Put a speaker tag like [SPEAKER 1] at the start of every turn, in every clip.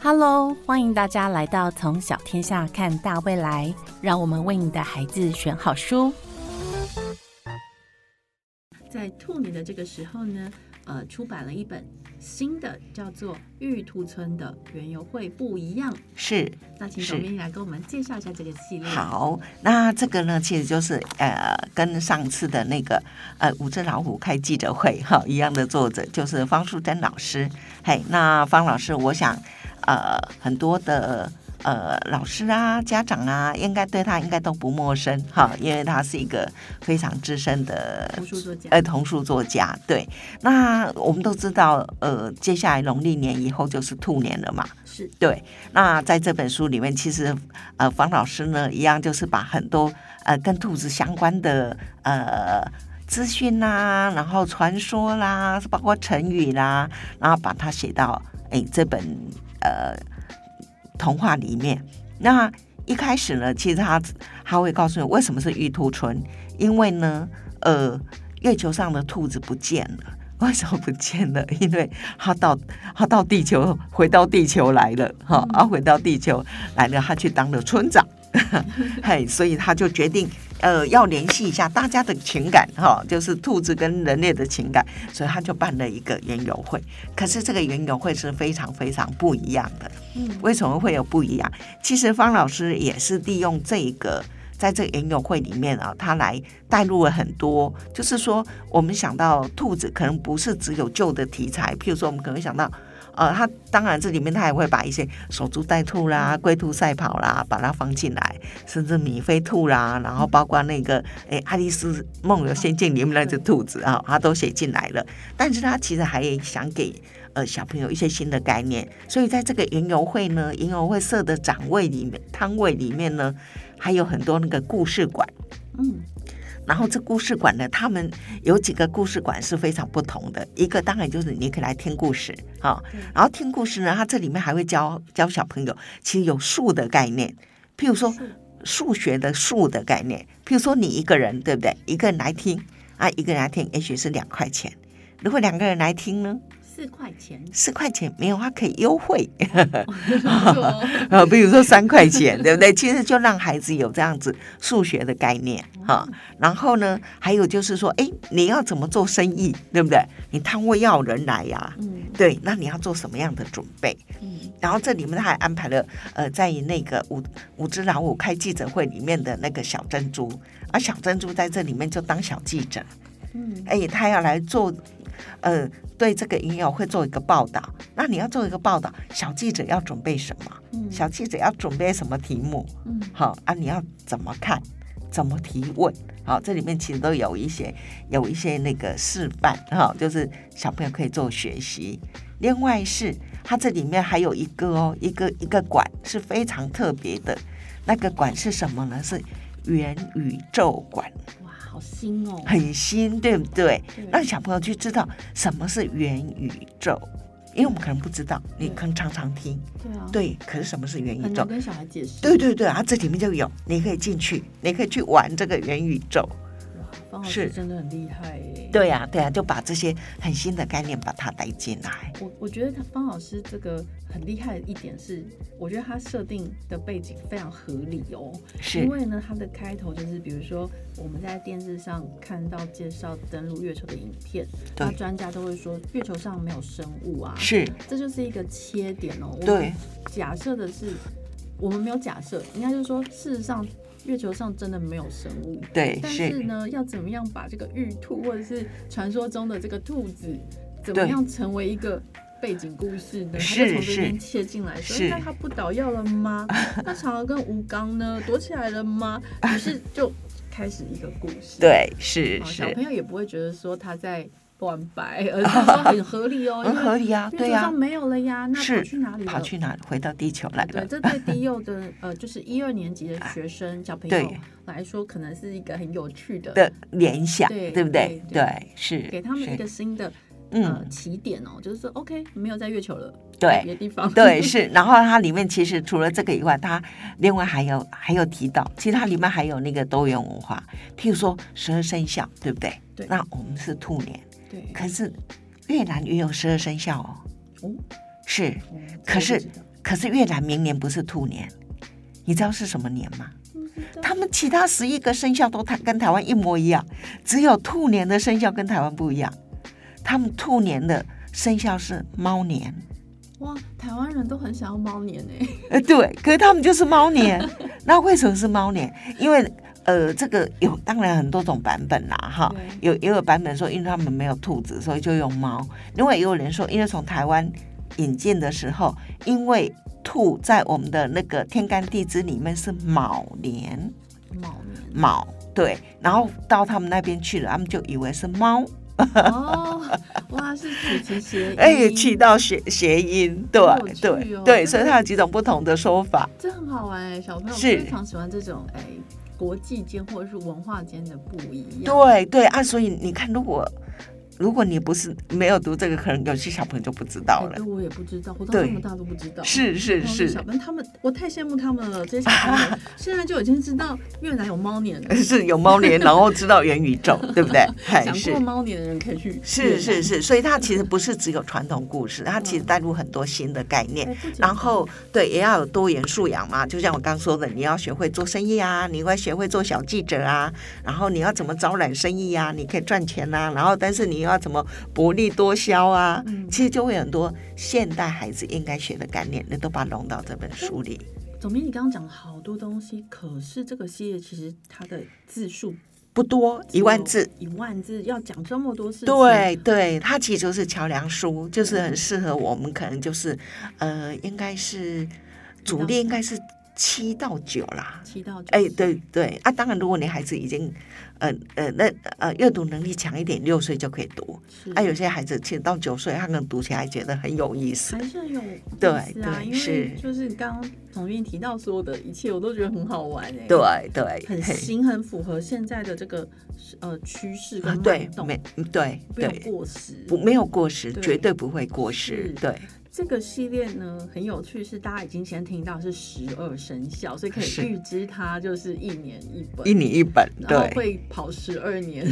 [SPEAKER 1] Hello，欢迎大家来到《从小天下看大未来》，让我们为你的孩子选好书。
[SPEAKER 2] 在兔年的这个时候呢，呃，出版了一本新的，叫做《玉兔村的园游会不一样》。
[SPEAKER 3] 是
[SPEAKER 2] 那请
[SPEAKER 3] 是
[SPEAKER 2] 总编辑来跟我们介绍一下这个系列。，
[SPEAKER 3] 好，那这个呢，其实就是呃，跟上次的那个呃《五只老虎》开记者会哈一样的作者，就是方淑珍老师。嘿，那方老师，我想呃，很多的呃老师啊、家长啊，应该对他应该都不陌生哈，因为他是一个非常资深的
[SPEAKER 2] 图书作家。
[SPEAKER 3] 呃，童书作家，对。那我们都知道，呃，接下来农历年以后就是兔年了嘛，
[SPEAKER 2] 是
[SPEAKER 3] 对。那在这本书里面，其实呃，方老师呢，一样就是把很多呃跟兔子相关的呃资讯啦，然后传说啦，包括成语啦，然后把它写到哎这本呃童话里面。那一开始呢，其实他他会告诉你为什么是玉兔春，因为呢，呃，月球上的兔子不见了。 为什么不见了？因为它到它到地球，回到地球来了，哈、啊，回到地球来了，他去当了村长， 嘿，所以他就决定，呃，要联系一下大家的情感，哈、就是兔子跟人类的情感，所以他就办了一个园游会。可是这个园游会是非常非常不一样的，
[SPEAKER 2] 嗯，
[SPEAKER 3] 为什么会有不一样？其实方老师也是利用这个，在这个研友会里面啊，他来带入了很多，就是说我们想到兔子，可能不是只有旧的题材，譬如说我们可能会想到。呃，他当然这里面他也会把一些守株待兔啦、龟兔赛跑啦，把它放进来，甚至米菲兔啦，然后包括那个诶《爱丽丝梦游仙境》里面那只兔子啊，他都写进来了。但是他其实还想给呃小朋友一些新的概念，所以在这个园游会呢，园游会社的展位里面、摊位里面呢，还有很多那个故事馆。
[SPEAKER 2] 嗯，
[SPEAKER 3] 然后这故事馆呢，他们有几个故事馆是非常不同的。一个当然就是你可以来听故事啊、
[SPEAKER 2] 对
[SPEAKER 3] 然后听故事呢，它这里面还会教教小朋友，其实有数的概念，譬如说
[SPEAKER 2] 数
[SPEAKER 3] 数学的数的概念，譬如说你一个人对不对？一个人来听啊，一个人来听，也许是两块钱。如果两个人来听呢，
[SPEAKER 2] 四块钱，
[SPEAKER 3] 四块钱没有，它可以优惠。
[SPEAKER 2] 没错哦
[SPEAKER 3] 啊，比如说三块 钱，对不对？其实就让孩子有这样子数学的概念哈、然后呢，还有就是说，哎，你要怎么做生意，对不对？你摊位要有人来呀、
[SPEAKER 2] 嗯
[SPEAKER 3] 对，那你要做什么样的准备？
[SPEAKER 2] 嗯，
[SPEAKER 3] 然后这里面他还安排了，呃，在那个五五只老虎开记者会里面的那个小珍珠，而小珍珠在这里面就当小记者，
[SPEAKER 2] 嗯，
[SPEAKER 3] 哎，他要来做，呃，对这个音乐会做一个报道。那你要做一个报道，小记者要准备什么？
[SPEAKER 2] 嗯
[SPEAKER 3] 小记者要准备什么题目？
[SPEAKER 2] 嗯，
[SPEAKER 3] 好啊，你要怎么看？怎么提问？好，这里面其实都有一些有一些那个示范哈，就是小朋友可以做学习。另外是它这里面还有一个哦，一个一个馆是非常特别的，那个馆是什么呢？是元宇宙馆。
[SPEAKER 2] 哇，好新哦，
[SPEAKER 3] 很新，对不对？
[SPEAKER 2] 对
[SPEAKER 3] 让小朋友去知道什么是元宇宙，因为我们可能不知道，你可能常常听，
[SPEAKER 2] 对啊，，
[SPEAKER 3] 对，可是什么是元宇
[SPEAKER 2] 很
[SPEAKER 3] 宙
[SPEAKER 2] 难？跟小孩解释。
[SPEAKER 3] 对，对对，啊，这里面就有，你可以进去，你可以去玩这个元宇宙。
[SPEAKER 2] 哇，方老师
[SPEAKER 3] 是
[SPEAKER 2] 真的很厉害耶。
[SPEAKER 3] 对呀、对呀、啊就把这些很新的概念把它带进来。
[SPEAKER 2] 我我觉得他方老师这个很厉害的一点是，我觉得他设定的背景非常合理哦。
[SPEAKER 3] 是
[SPEAKER 2] 因为呢，它的开头就是，比如说我们在电视上看到介绍登陆月球的影片，
[SPEAKER 3] 对
[SPEAKER 2] 那专家都会说月球上没有生物啊，
[SPEAKER 3] 是，
[SPEAKER 2] 这就是一个切点哦。我们
[SPEAKER 3] 对，
[SPEAKER 2] 假设的是，我们没有假设，应该就是说，事实上月球上真的没有生物。
[SPEAKER 3] 对
[SPEAKER 2] 但是
[SPEAKER 3] 是，
[SPEAKER 2] 呢，要怎么样把这个玉兔或者是传说中的这个兔子，怎么
[SPEAKER 3] 对
[SPEAKER 2] 样成为一个背景故事呢？他
[SPEAKER 3] 是
[SPEAKER 2] 就从这
[SPEAKER 3] 是
[SPEAKER 2] 边切进来，说
[SPEAKER 3] 是
[SPEAKER 2] 那他不捣药了 吗？那嫦娥跟吴刚呢，躲起来了吗？于是就开始一个故事。
[SPEAKER 3] 对是
[SPEAKER 2] 好，小
[SPEAKER 3] 是
[SPEAKER 2] 朋，友也不会觉得说他在乱掰，而是说很合理哦，
[SPEAKER 3] 很合
[SPEAKER 2] 理。
[SPEAKER 3] 理啊，
[SPEAKER 2] 月
[SPEAKER 3] 对
[SPEAKER 2] 球
[SPEAKER 3] 呀、
[SPEAKER 2] 上没有了呀，那跑
[SPEAKER 3] 是
[SPEAKER 2] 去哪里了？
[SPEAKER 3] 跑去哪？回到地球来
[SPEAKER 2] 对，
[SPEAKER 3] 了。
[SPEAKER 2] 这对低幼的呃，就是一二年级的学生小朋友
[SPEAKER 3] 哎对
[SPEAKER 2] 来说，可能是一个很有趣的，
[SPEAKER 3] 的联想，
[SPEAKER 2] 对
[SPEAKER 3] 对不对？
[SPEAKER 2] 对对
[SPEAKER 3] 对，是
[SPEAKER 2] 给他们
[SPEAKER 3] 是
[SPEAKER 2] 一个新的呃
[SPEAKER 3] 嗯，
[SPEAKER 2] 起点哦，就是说 OK，没有在月球了，
[SPEAKER 3] 对
[SPEAKER 2] 别的地 方，
[SPEAKER 3] 对，是。然后它里面其实除了这个以外，它另外还有还有提到，其实它里面还有那个多元文化，譬如说十二生肖，对不对？
[SPEAKER 2] 对
[SPEAKER 3] 那我们是兔年，
[SPEAKER 2] 对，
[SPEAKER 3] 可是越南也有十二生肖哦。
[SPEAKER 2] 哦，
[SPEAKER 3] 是，
[SPEAKER 2] 嗯这个
[SPEAKER 3] 可是
[SPEAKER 2] 不知道
[SPEAKER 3] 可是越南明年不是兔年，你知道是什么年吗？
[SPEAKER 2] 不知道
[SPEAKER 3] 他们其他十一个生肖都台跟台湾一模一样，只有兔年的生肖跟台湾不一样。他们兔年的生肖是猫年，
[SPEAKER 2] 哇，台湾人都很想要猫 年哎、
[SPEAKER 3] 呃，对，可是他们就是猫 年。那为什么是猫年？因为呃，这个有当然很多种版本啦，哈，有也有版本说因为他们没有兔子，所以就用猫。另外也有人说，因为从台湾引进的时候，因为兔在我们的那个天干地支里面是卯年，
[SPEAKER 2] 猫年
[SPEAKER 3] 卯对，然后到他们那边去了，他们就以为是猫，
[SPEAKER 2] 哦，哇，是取其谐音，
[SPEAKER 3] 哎，起到谐谐音，对、
[SPEAKER 2] 好嗯有趣哦
[SPEAKER 3] 对对，所以
[SPEAKER 2] 真的
[SPEAKER 3] 它有几种不同的说法，
[SPEAKER 2] 这很好玩哎、小朋友
[SPEAKER 3] 是
[SPEAKER 2] 非常喜欢这种哎、国际间或者是文化间的不一样，
[SPEAKER 3] 对对啊，所以你看，如果如果你不是没有读这个，可能有些小朋友就不知道
[SPEAKER 2] 哎
[SPEAKER 3] 了
[SPEAKER 2] 对，，我也不知道，活到这
[SPEAKER 3] 对
[SPEAKER 2] 么大都不知道，
[SPEAKER 3] 是是
[SPEAKER 2] 然后
[SPEAKER 3] 是
[SPEAKER 2] 小朋友他们，我太羡慕他们了，这些小朋友现在就已经知道越南有猫年了。
[SPEAKER 3] 是有猫年，然后知道元宇宙，对不对？哎
[SPEAKER 2] 想
[SPEAKER 3] 是
[SPEAKER 2] 过嗯猫年的人可以去越
[SPEAKER 3] 是
[SPEAKER 2] 南
[SPEAKER 3] 是是，所以它其实不是只有传统故事，它
[SPEAKER 2] 嗯
[SPEAKER 3] 其实带入很多新的概念
[SPEAKER 2] 哎。不简单
[SPEAKER 3] 然后对，也要有多元素养嘛。就像我刚说的，你要学会做生意啊，你要学会做小记者啊，然后你要怎么招揽生意啊，你可以赚钱呐、然后，但是你要怎么薄利多销啊？
[SPEAKER 2] 嗯
[SPEAKER 3] 其实就会有很多现代孩子应该学的概念，你都把它融到这本书里。
[SPEAKER 2] 总编，你刚刚讲了好多东西，可是这个系列其实它的字数
[SPEAKER 3] 不多，一万字。，
[SPEAKER 2] 一万字要讲这么多事情，
[SPEAKER 3] 对对，它其实就是桥梁书，就是很适合我们，可能就是呃，应该是主力应该是七到九啦，
[SPEAKER 2] 七到九，
[SPEAKER 3] 哎，对，对啊，当然，如果你孩子已经，呃呃，那呃阅读能力强一点，六岁就可以读。
[SPEAKER 2] 是，
[SPEAKER 3] 啊，有些孩子其实到九岁，他可能读起来觉得很有意思
[SPEAKER 2] 还。是很有意
[SPEAKER 3] 对
[SPEAKER 2] 思啊，
[SPEAKER 3] 对
[SPEAKER 2] 因为
[SPEAKER 3] 是
[SPEAKER 2] 就是刚刚总编提到所有的一切，我都觉得很好玩哎、
[SPEAKER 3] 对，对，
[SPEAKER 2] 很
[SPEAKER 3] 嘿
[SPEAKER 2] 新，很符合现在的这个呃趋势跟脉
[SPEAKER 3] 啊对，
[SPEAKER 2] 动，
[SPEAKER 3] 没嗯对
[SPEAKER 2] 不要
[SPEAKER 3] 对，
[SPEAKER 2] 过时，
[SPEAKER 3] 不没有过时，
[SPEAKER 2] 对
[SPEAKER 3] 绝对不会过时
[SPEAKER 2] 是。
[SPEAKER 3] 对，
[SPEAKER 2] 这个系列呢很有趣，是大家已经先听到是十二生肖，所以可以
[SPEAKER 3] 是
[SPEAKER 2] 预知它就是一年一本，
[SPEAKER 3] 一年一本，
[SPEAKER 2] 然后
[SPEAKER 3] 对，
[SPEAKER 2] 会跑十二年，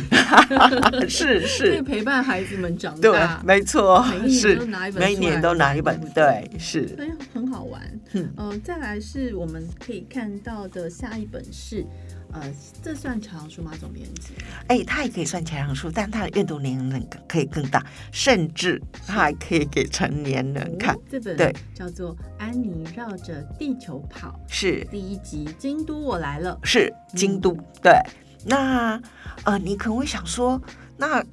[SPEAKER 3] 是
[SPEAKER 2] 可以
[SPEAKER 3] 是，
[SPEAKER 2] 陪伴孩子们长
[SPEAKER 3] 对
[SPEAKER 2] 大，，
[SPEAKER 3] 没错
[SPEAKER 2] 每一，年
[SPEAKER 3] 是
[SPEAKER 2] 都拿一本
[SPEAKER 3] 每一
[SPEAKER 2] 出
[SPEAKER 3] 年
[SPEAKER 2] 来
[SPEAKER 3] 都拿
[SPEAKER 2] 读
[SPEAKER 3] 一本
[SPEAKER 2] 对，不对
[SPEAKER 3] 对，是
[SPEAKER 2] 所以很好玩。
[SPEAKER 3] 嗯
[SPEAKER 2] 呃，再来是我们可以看到的下一本是，呃，这算长书吗？总编辑
[SPEAKER 3] 哎，它也可以算前行书，但它的阅读年龄更可以更大，甚至它还可以给成年人看
[SPEAKER 2] 哦。这本
[SPEAKER 3] 对
[SPEAKER 2] 叫做《安妮绕着地球跑
[SPEAKER 3] 是》
[SPEAKER 2] 第一集，京都我来了。
[SPEAKER 3] 是京都，对。那呃，你可能会想说，那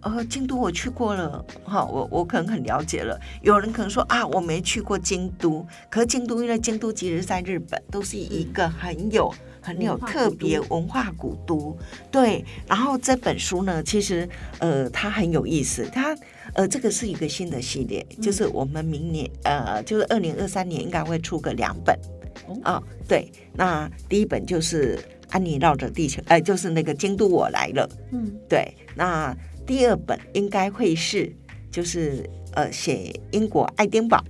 [SPEAKER 3] 呃，京都我去过了，哈，我我可能很了解了。有人可能说啊，我没去过京都，可是京都因为京都其实在日本都是一个很有。很有
[SPEAKER 2] 文化古
[SPEAKER 3] 特别
[SPEAKER 2] 都
[SPEAKER 3] 文化古都，对。然后这本书呢，其实呃，它很有意思。它呃，这个是一个新的系列，就是
[SPEAKER 2] 嗯
[SPEAKER 3] 我们明年呃，就是二零二三年应该会出个两本，
[SPEAKER 2] 哦
[SPEAKER 3] 啊、对，那第一本就是《安妮绕着地球》，呃，就是那个《京都我来了》。
[SPEAKER 2] 嗯，
[SPEAKER 3] 对，那第二本应该会是就是呃写英国爱丁堡。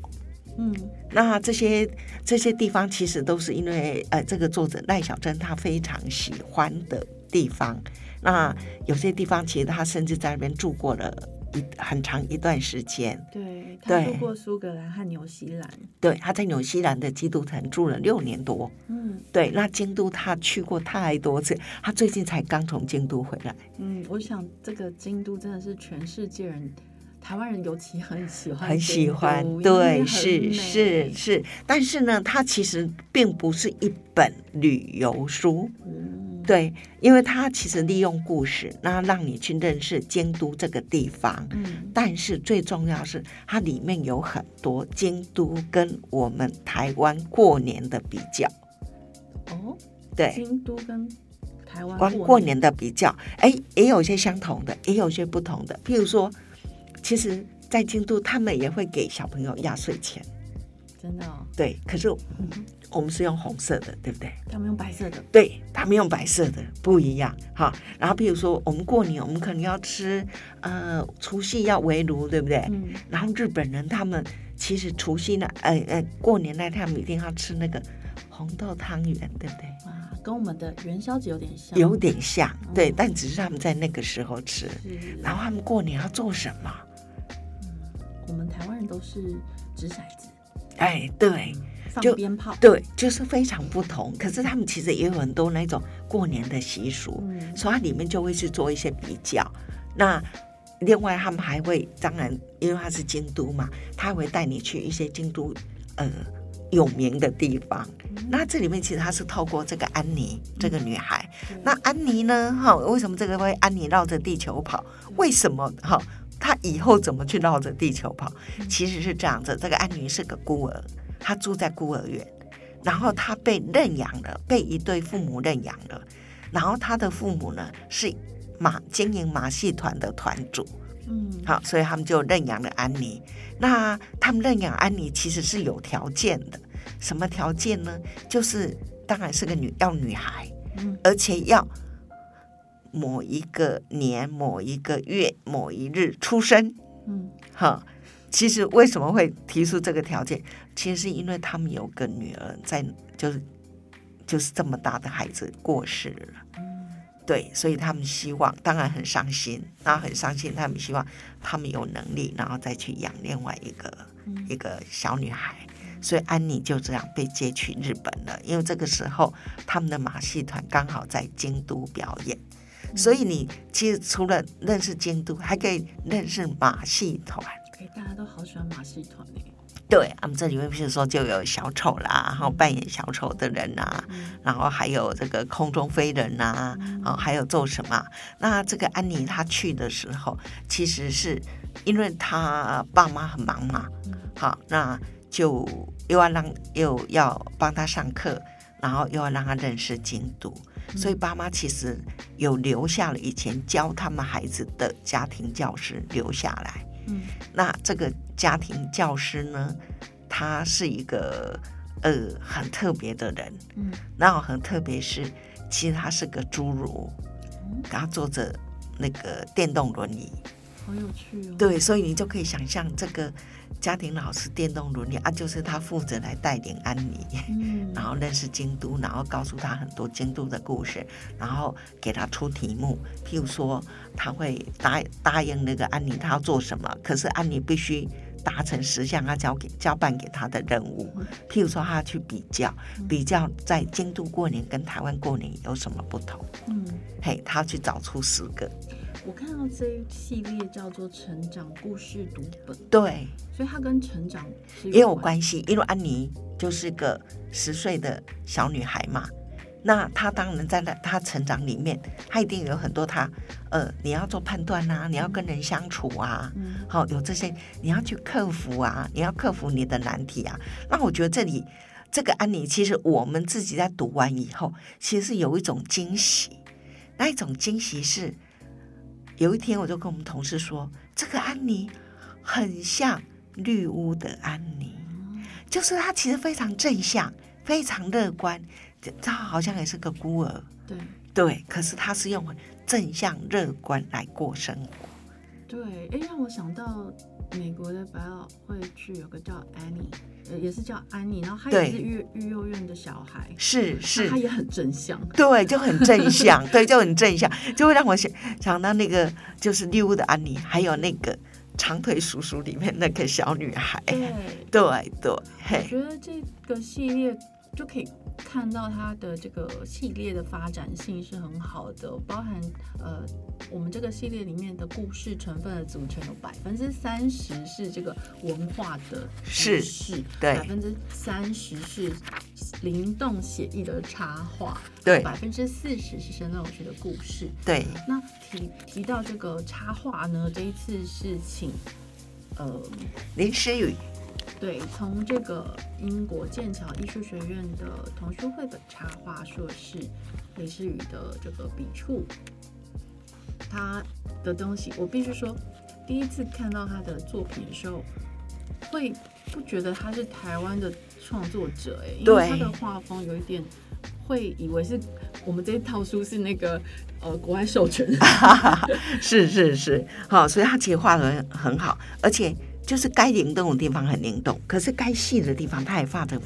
[SPEAKER 2] 嗯，
[SPEAKER 3] 那这些这些地方其实都是因为呃这个作者赖小珍她非常喜欢的地方。那有些地方其实她甚至在那边住过了一很长一段时间。
[SPEAKER 2] 对，他
[SPEAKER 3] 对
[SPEAKER 2] 住过苏格兰和纽西兰。
[SPEAKER 3] 对，她在纽西兰的基督城住了六年多。
[SPEAKER 2] 嗯
[SPEAKER 3] 对，那京都他去过太多次，他最近才刚从京都回来。
[SPEAKER 2] 嗯，我想这个京都真的是全世界人，台湾人尤其很喜欢，
[SPEAKER 3] 很喜欢，
[SPEAKER 2] 因为
[SPEAKER 3] 对，
[SPEAKER 2] 很
[SPEAKER 3] 是
[SPEAKER 2] 美
[SPEAKER 3] 是是，但是呢，它其实并不是一本旅游书，
[SPEAKER 2] 嗯
[SPEAKER 3] 对，因为它其实利用故事，那让你去认识京都这个地方。
[SPEAKER 2] 嗯，
[SPEAKER 3] 但是最重要是，它里面有很多京都跟我们台湾过年的比较，
[SPEAKER 2] 哦，
[SPEAKER 3] 对，
[SPEAKER 2] 京都跟台湾
[SPEAKER 3] 关过年的比较，哎，也有一些相同的，也有一些不同的。譬如说，其实，在京都他们也会给小朋友压岁钱，
[SPEAKER 2] 真的、哦，
[SPEAKER 3] 对。可是我们是用红色的，对不对？
[SPEAKER 2] 他们用白色的，
[SPEAKER 3] 对他们用白色的不一样哈。然后，譬如说，我们过年，我们可能要吃，呃，除夕要围炉，对不对？
[SPEAKER 2] 嗯，
[SPEAKER 3] 然后日本人他们其实除夕那，呃呃，过年那天他们一定要吃那个红豆汤圆，对不对？
[SPEAKER 2] 哇，跟我们的元宵节有点像，
[SPEAKER 3] 有点像，对，但只是他们在那个时候吃。
[SPEAKER 2] 是
[SPEAKER 3] 然后他们过年要做什么？
[SPEAKER 2] 我们台湾人都是掷骰子、
[SPEAKER 3] 哎，对
[SPEAKER 2] 放
[SPEAKER 3] 就
[SPEAKER 2] 鞭炮，
[SPEAKER 3] 对，就是非常不同。可是他们其实也有很多那种过年的习俗，
[SPEAKER 2] 嗯，
[SPEAKER 3] 所以它里面就会去做一些比较。那另外他们还会，当然因为它是京都嘛，他会带你去一些京都呃有名的地方。那这里面其实他是透过这个安妮这个女孩，
[SPEAKER 2] 对
[SPEAKER 3] 那安妮呢？哈、为什么这个会安妮绕着地球跑？为什么哈？她以后怎么去绕着地球跑？其实是这样子，这个安妮是个孤儿，她住在孤儿院，然后她被认养了，被一对父母认养了，然后她的父母呢是马经营马戏团的团主，
[SPEAKER 2] 嗯，
[SPEAKER 3] 好，所以他们就认养了安妮。那他们认养安妮其实是有条件的，什么条件呢？就是当然是个女要女孩，
[SPEAKER 2] 嗯
[SPEAKER 3] 而且要某一个年、某一个月、某一日出生。
[SPEAKER 2] 嗯
[SPEAKER 3] 哈，其实为什么会提出这个条件？其实是因为他们有个女儿在，就是就是这么大的孩子过世了。对，所以他们希望，当然很伤心，那很伤心。他们希望他们有能力，然后再去养另外一个
[SPEAKER 2] 嗯
[SPEAKER 3] 一个小女孩，所以安妮就这样被接去日本了。因为这个时候他们的马戏团刚好在京都表演，所以你其实除了认识京都，还可以认识马戏团。
[SPEAKER 2] 哎，大家都好喜欢马戏团哎，
[SPEAKER 3] 对，啊我们这里面譬如说就有小丑啦，然后扮演小丑的人啊，
[SPEAKER 2] 嗯
[SPEAKER 3] 然后还有这个空中飞人呐、啊，哦，还有做什么？那这个安妮她去的时候，其实是因为她爸妈很忙嘛，好，那就又要让又要帮她上课，然后又要让她认识京都，所以爸妈其实有留下了以前教他们孩子的家庭教师留下来。
[SPEAKER 2] 嗯
[SPEAKER 3] 那这个家庭教师呢，他是一个呃很特别的人，
[SPEAKER 2] 嗯
[SPEAKER 3] 然后很特别是，其实他是个侏儒，
[SPEAKER 2] 嗯，
[SPEAKER 3] 他坐着那个电动轮椅，
[SPEAKER 2] 好有趣哦，，
[SPEAKER 3] 对，所以你就可以想象这个家庭老师电动轮椅啊，就是他负责来带领安妮。
[SPEAKER 2] 嗯
[SPEAKER 3] 然后认识京都，然后告诉他很多京都的故事，然后给他出题目，譬如说他会答答应那个安妮他要做什么，可是安妮必须达成十项他交给交办给他的任务，譬如说他要去比较，比较在京都过年跟台湾过年有什么不同，
[SPEAKER 2] 嗯。
[SPEAKER 3] 嘿，他要去找出十个，
[SPEAKER 2] 我看到这一系列叫做《成长故事读本》，
[SPEAKER 3] 对，
[SPEAKER 2] 所以它跟成长是
[SPEAKER 3] 也有
[SPEAKER 2] 关
[SPEAKER 3] 关系，因为安妮就是个十岁的小女孩嘛。那她当然在那她成长里面，她一定有很多她呃，你要做判断啊，你要跟人相处啊，
[SPEAKER 2] 嗯
[SPEAKER 3] 好、有这些你要去克服啊，你要克服你的难题啊。那我觉得这里这个安妮，其实我们自己在读完以后，其实是有一种惊喜，那一种惊喜是有一天我就跟我们同事说，这个安妮很像绿屋的安妮。就是他其实非常正向，非常乐观，他好像也是个孤儿，
[SPEAKER 2] 对
[SPEAKER 3] 对，可是他是用正向乐观来过生活。
[SPEAKER 2] 对，哎，让我想到美国的百老汇剧有个叫安妮，呃，也是叫安妮，然后她也
[SPEAKER 3] 对
[SPEAKER 2] 是育育幼院的小孩，
[SPEAKER 3] 是是
[SPEAKER 2] 她，也很正向，
[SPEAKER 3] 对，就很正向， 对，就很正向，就会让我想想到那个就是利物的安妮，还有那个长腿叔叔里面那个小女孩，
[SPEAKER 2] 对，
[SPEAKER 3] 对对，
[SPEAKER 2] 我
[SPEAKER 3] 嘿，
[SPEAKER 2] 觉得这个系列就可以看到它的这个系列的发展性是很好的，包含呃我们这个系列里面的故事成分的组成有百分之三十是这个文化的
[SPEAKER 3] 是
[SPEAKER 2] 是
[SPEAKER 3] 对
[SPEAKER 2] 百分之三十是灵动写意的插画，
[SPEAKER 3] 对
[SPEAKER 2] 百分之四十是生动有趣的故事，
[SPEAKER 3] 对，
[SPEAKER 2] 那提提到这个插画呢，这一次是请呃
[SPEAKER 3] 林诗雨，
[SPEAKER 2] 对，从这个英国剑桥艺术学院的童书绘本插画硕士雷诗雨的这个笔触，他的东西，我必须说，第一次看到他的作品的时候，会不觉得他是台湾的创作者哎、因为
[SPEAKER 3] 对
[SPEAKER 2] 他的画风有一点。会以为是我们这一套书是那个呃国外授权，
[SPEAKER 3] 是是是，好、所以他其实画的很好，而且就是该灵动的地方很灵动，可是该细的地方他也画的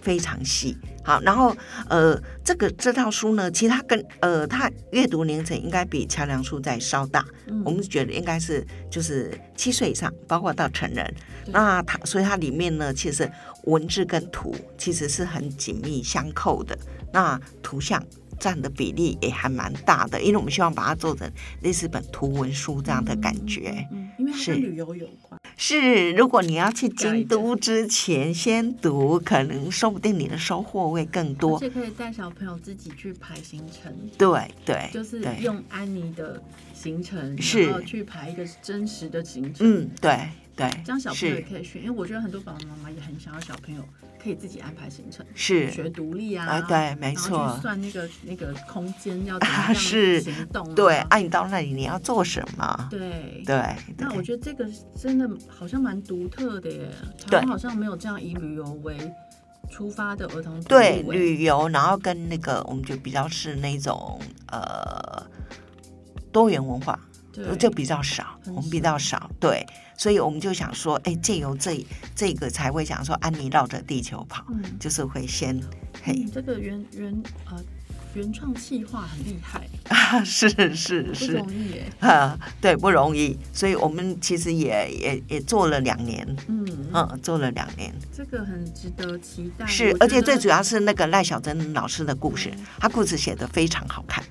[SPEAKER 3] 非常细。好，然后呃，这个这套书呢，其实它跟呃，它阅读年龄层应该比桥梁书再稍大，
[SPEAKER 2] 嗯
[SPEAKER 3] 我们觉得应该是就是七岁以上，包括到成人。
[SPEAKER 2] 对
[SPEAKER 3] 那它所以它里面呢，其实文字跟图其实是很紧密相扣的。那图像占的比例也还蛮大的，因为我们希望把它做成类似本图文书这样的感觉。
[SPEAKER 2] 嗯，嗯因为它
[SPEAKER 3] 是
[SPEAKER 2] 跟旅游有关，
[SPEAKER 3] 是，如果你要去
[SPEAKER 2] 改
[SPEAKER 3] 京
[SPEAKER 2] 的
[SPEAKER 3] 都之前先读，可能说不定你的收获会更
[SPEAKER 2] 而
[SPEAKER 3] 多。
[SPEAKER 2] 且可以带小朋友自己去排行程，
[SPEAKER 3] 对对，
[SPEAKER 2] 就是
[SPEAKER 3] 对
[SPEAKER 2] 用安妮的行程，
[SPEAKER 3] 是
[SPEAKER 2] 然后去排一个真实的行程。
[SPEAKER 3] 嗯，对对，
[SPEAKER 2] 这样小朋友也
[SPEAKER 3] 是
[SPEAKER 2] 可以学，因为我觉得很多爸爸妈妈也很想要小朋友可以自己安排行程，学
[SPEAKER 3] 是，
[SPEAKER 2] 独立啊，
[SPEAKER 3] 啊对没
[SPEAKER 2] 然后
[SPEAKER 3] 错
[SPEAKER 2] 去算那个那个空间要怎么样
[SPEAKER 3] 是
[SPEAKER 2] 行动、啊，
[SPEAKER 3] 对，按、你到那里你要做什么？
[SPEAKER 2] 对。
[SPEAKER 3] 对
[SPEAKER 2] 那我
[SPEAKER 3] 对
[SPEAKER 2] 觉得这个真的好像蛮独特的耶，台
[SPEAKER 3] 对
[SPEAKER 2] 湾好像没有这样以旅游为出发的儿童读
[SPEAKER 3] 对，
[SPEAKER 2] 物耶
[SPEAKER 3] 旅游，然后跟那个我们就比较是那种呃多元文化，
[SPEAKER 2] 对
[SPEAKER 3] 就比较少，
[SPEAKER 2] 很
[SPEAKER 3] 我们比较少，对，所以我们就想说，哎，借由这这个才会想说，安妮绕着地球跑，
[SPEAKER 2] 嗯
[SPEAKER 3] 就是会先嘿
[SPEAKER 2] 嗯，这个原原呃原创企划很厉害，
[SPEAKER 3] 啊，是是
[SPEAKER 2] 不
[SPEAKER 3] 是
[SPEAKER 2] 容易耶，
[SPEAKER 3] 啊，对，不容易，所以我们其实也也也做了两年，
[SPEAKER 2] 嗯，
[SPEAKER 3] 嗯，做了两年，
[SPEAKER 2] 这个很值得期待。
[SPEAKER 3] 是
[SPEAKER 2] 我，
[SPEAKER 3] 而
[SPEAKER 2] 觉
[SPEAKER 3] 且
[SPEAKER 2] 得
[SPEAKER 3] 最主要是那个赖小珍老师的故事
[SPEAKER 2] 嗯，
[SPEAKER 3] 她故事写得非常好看，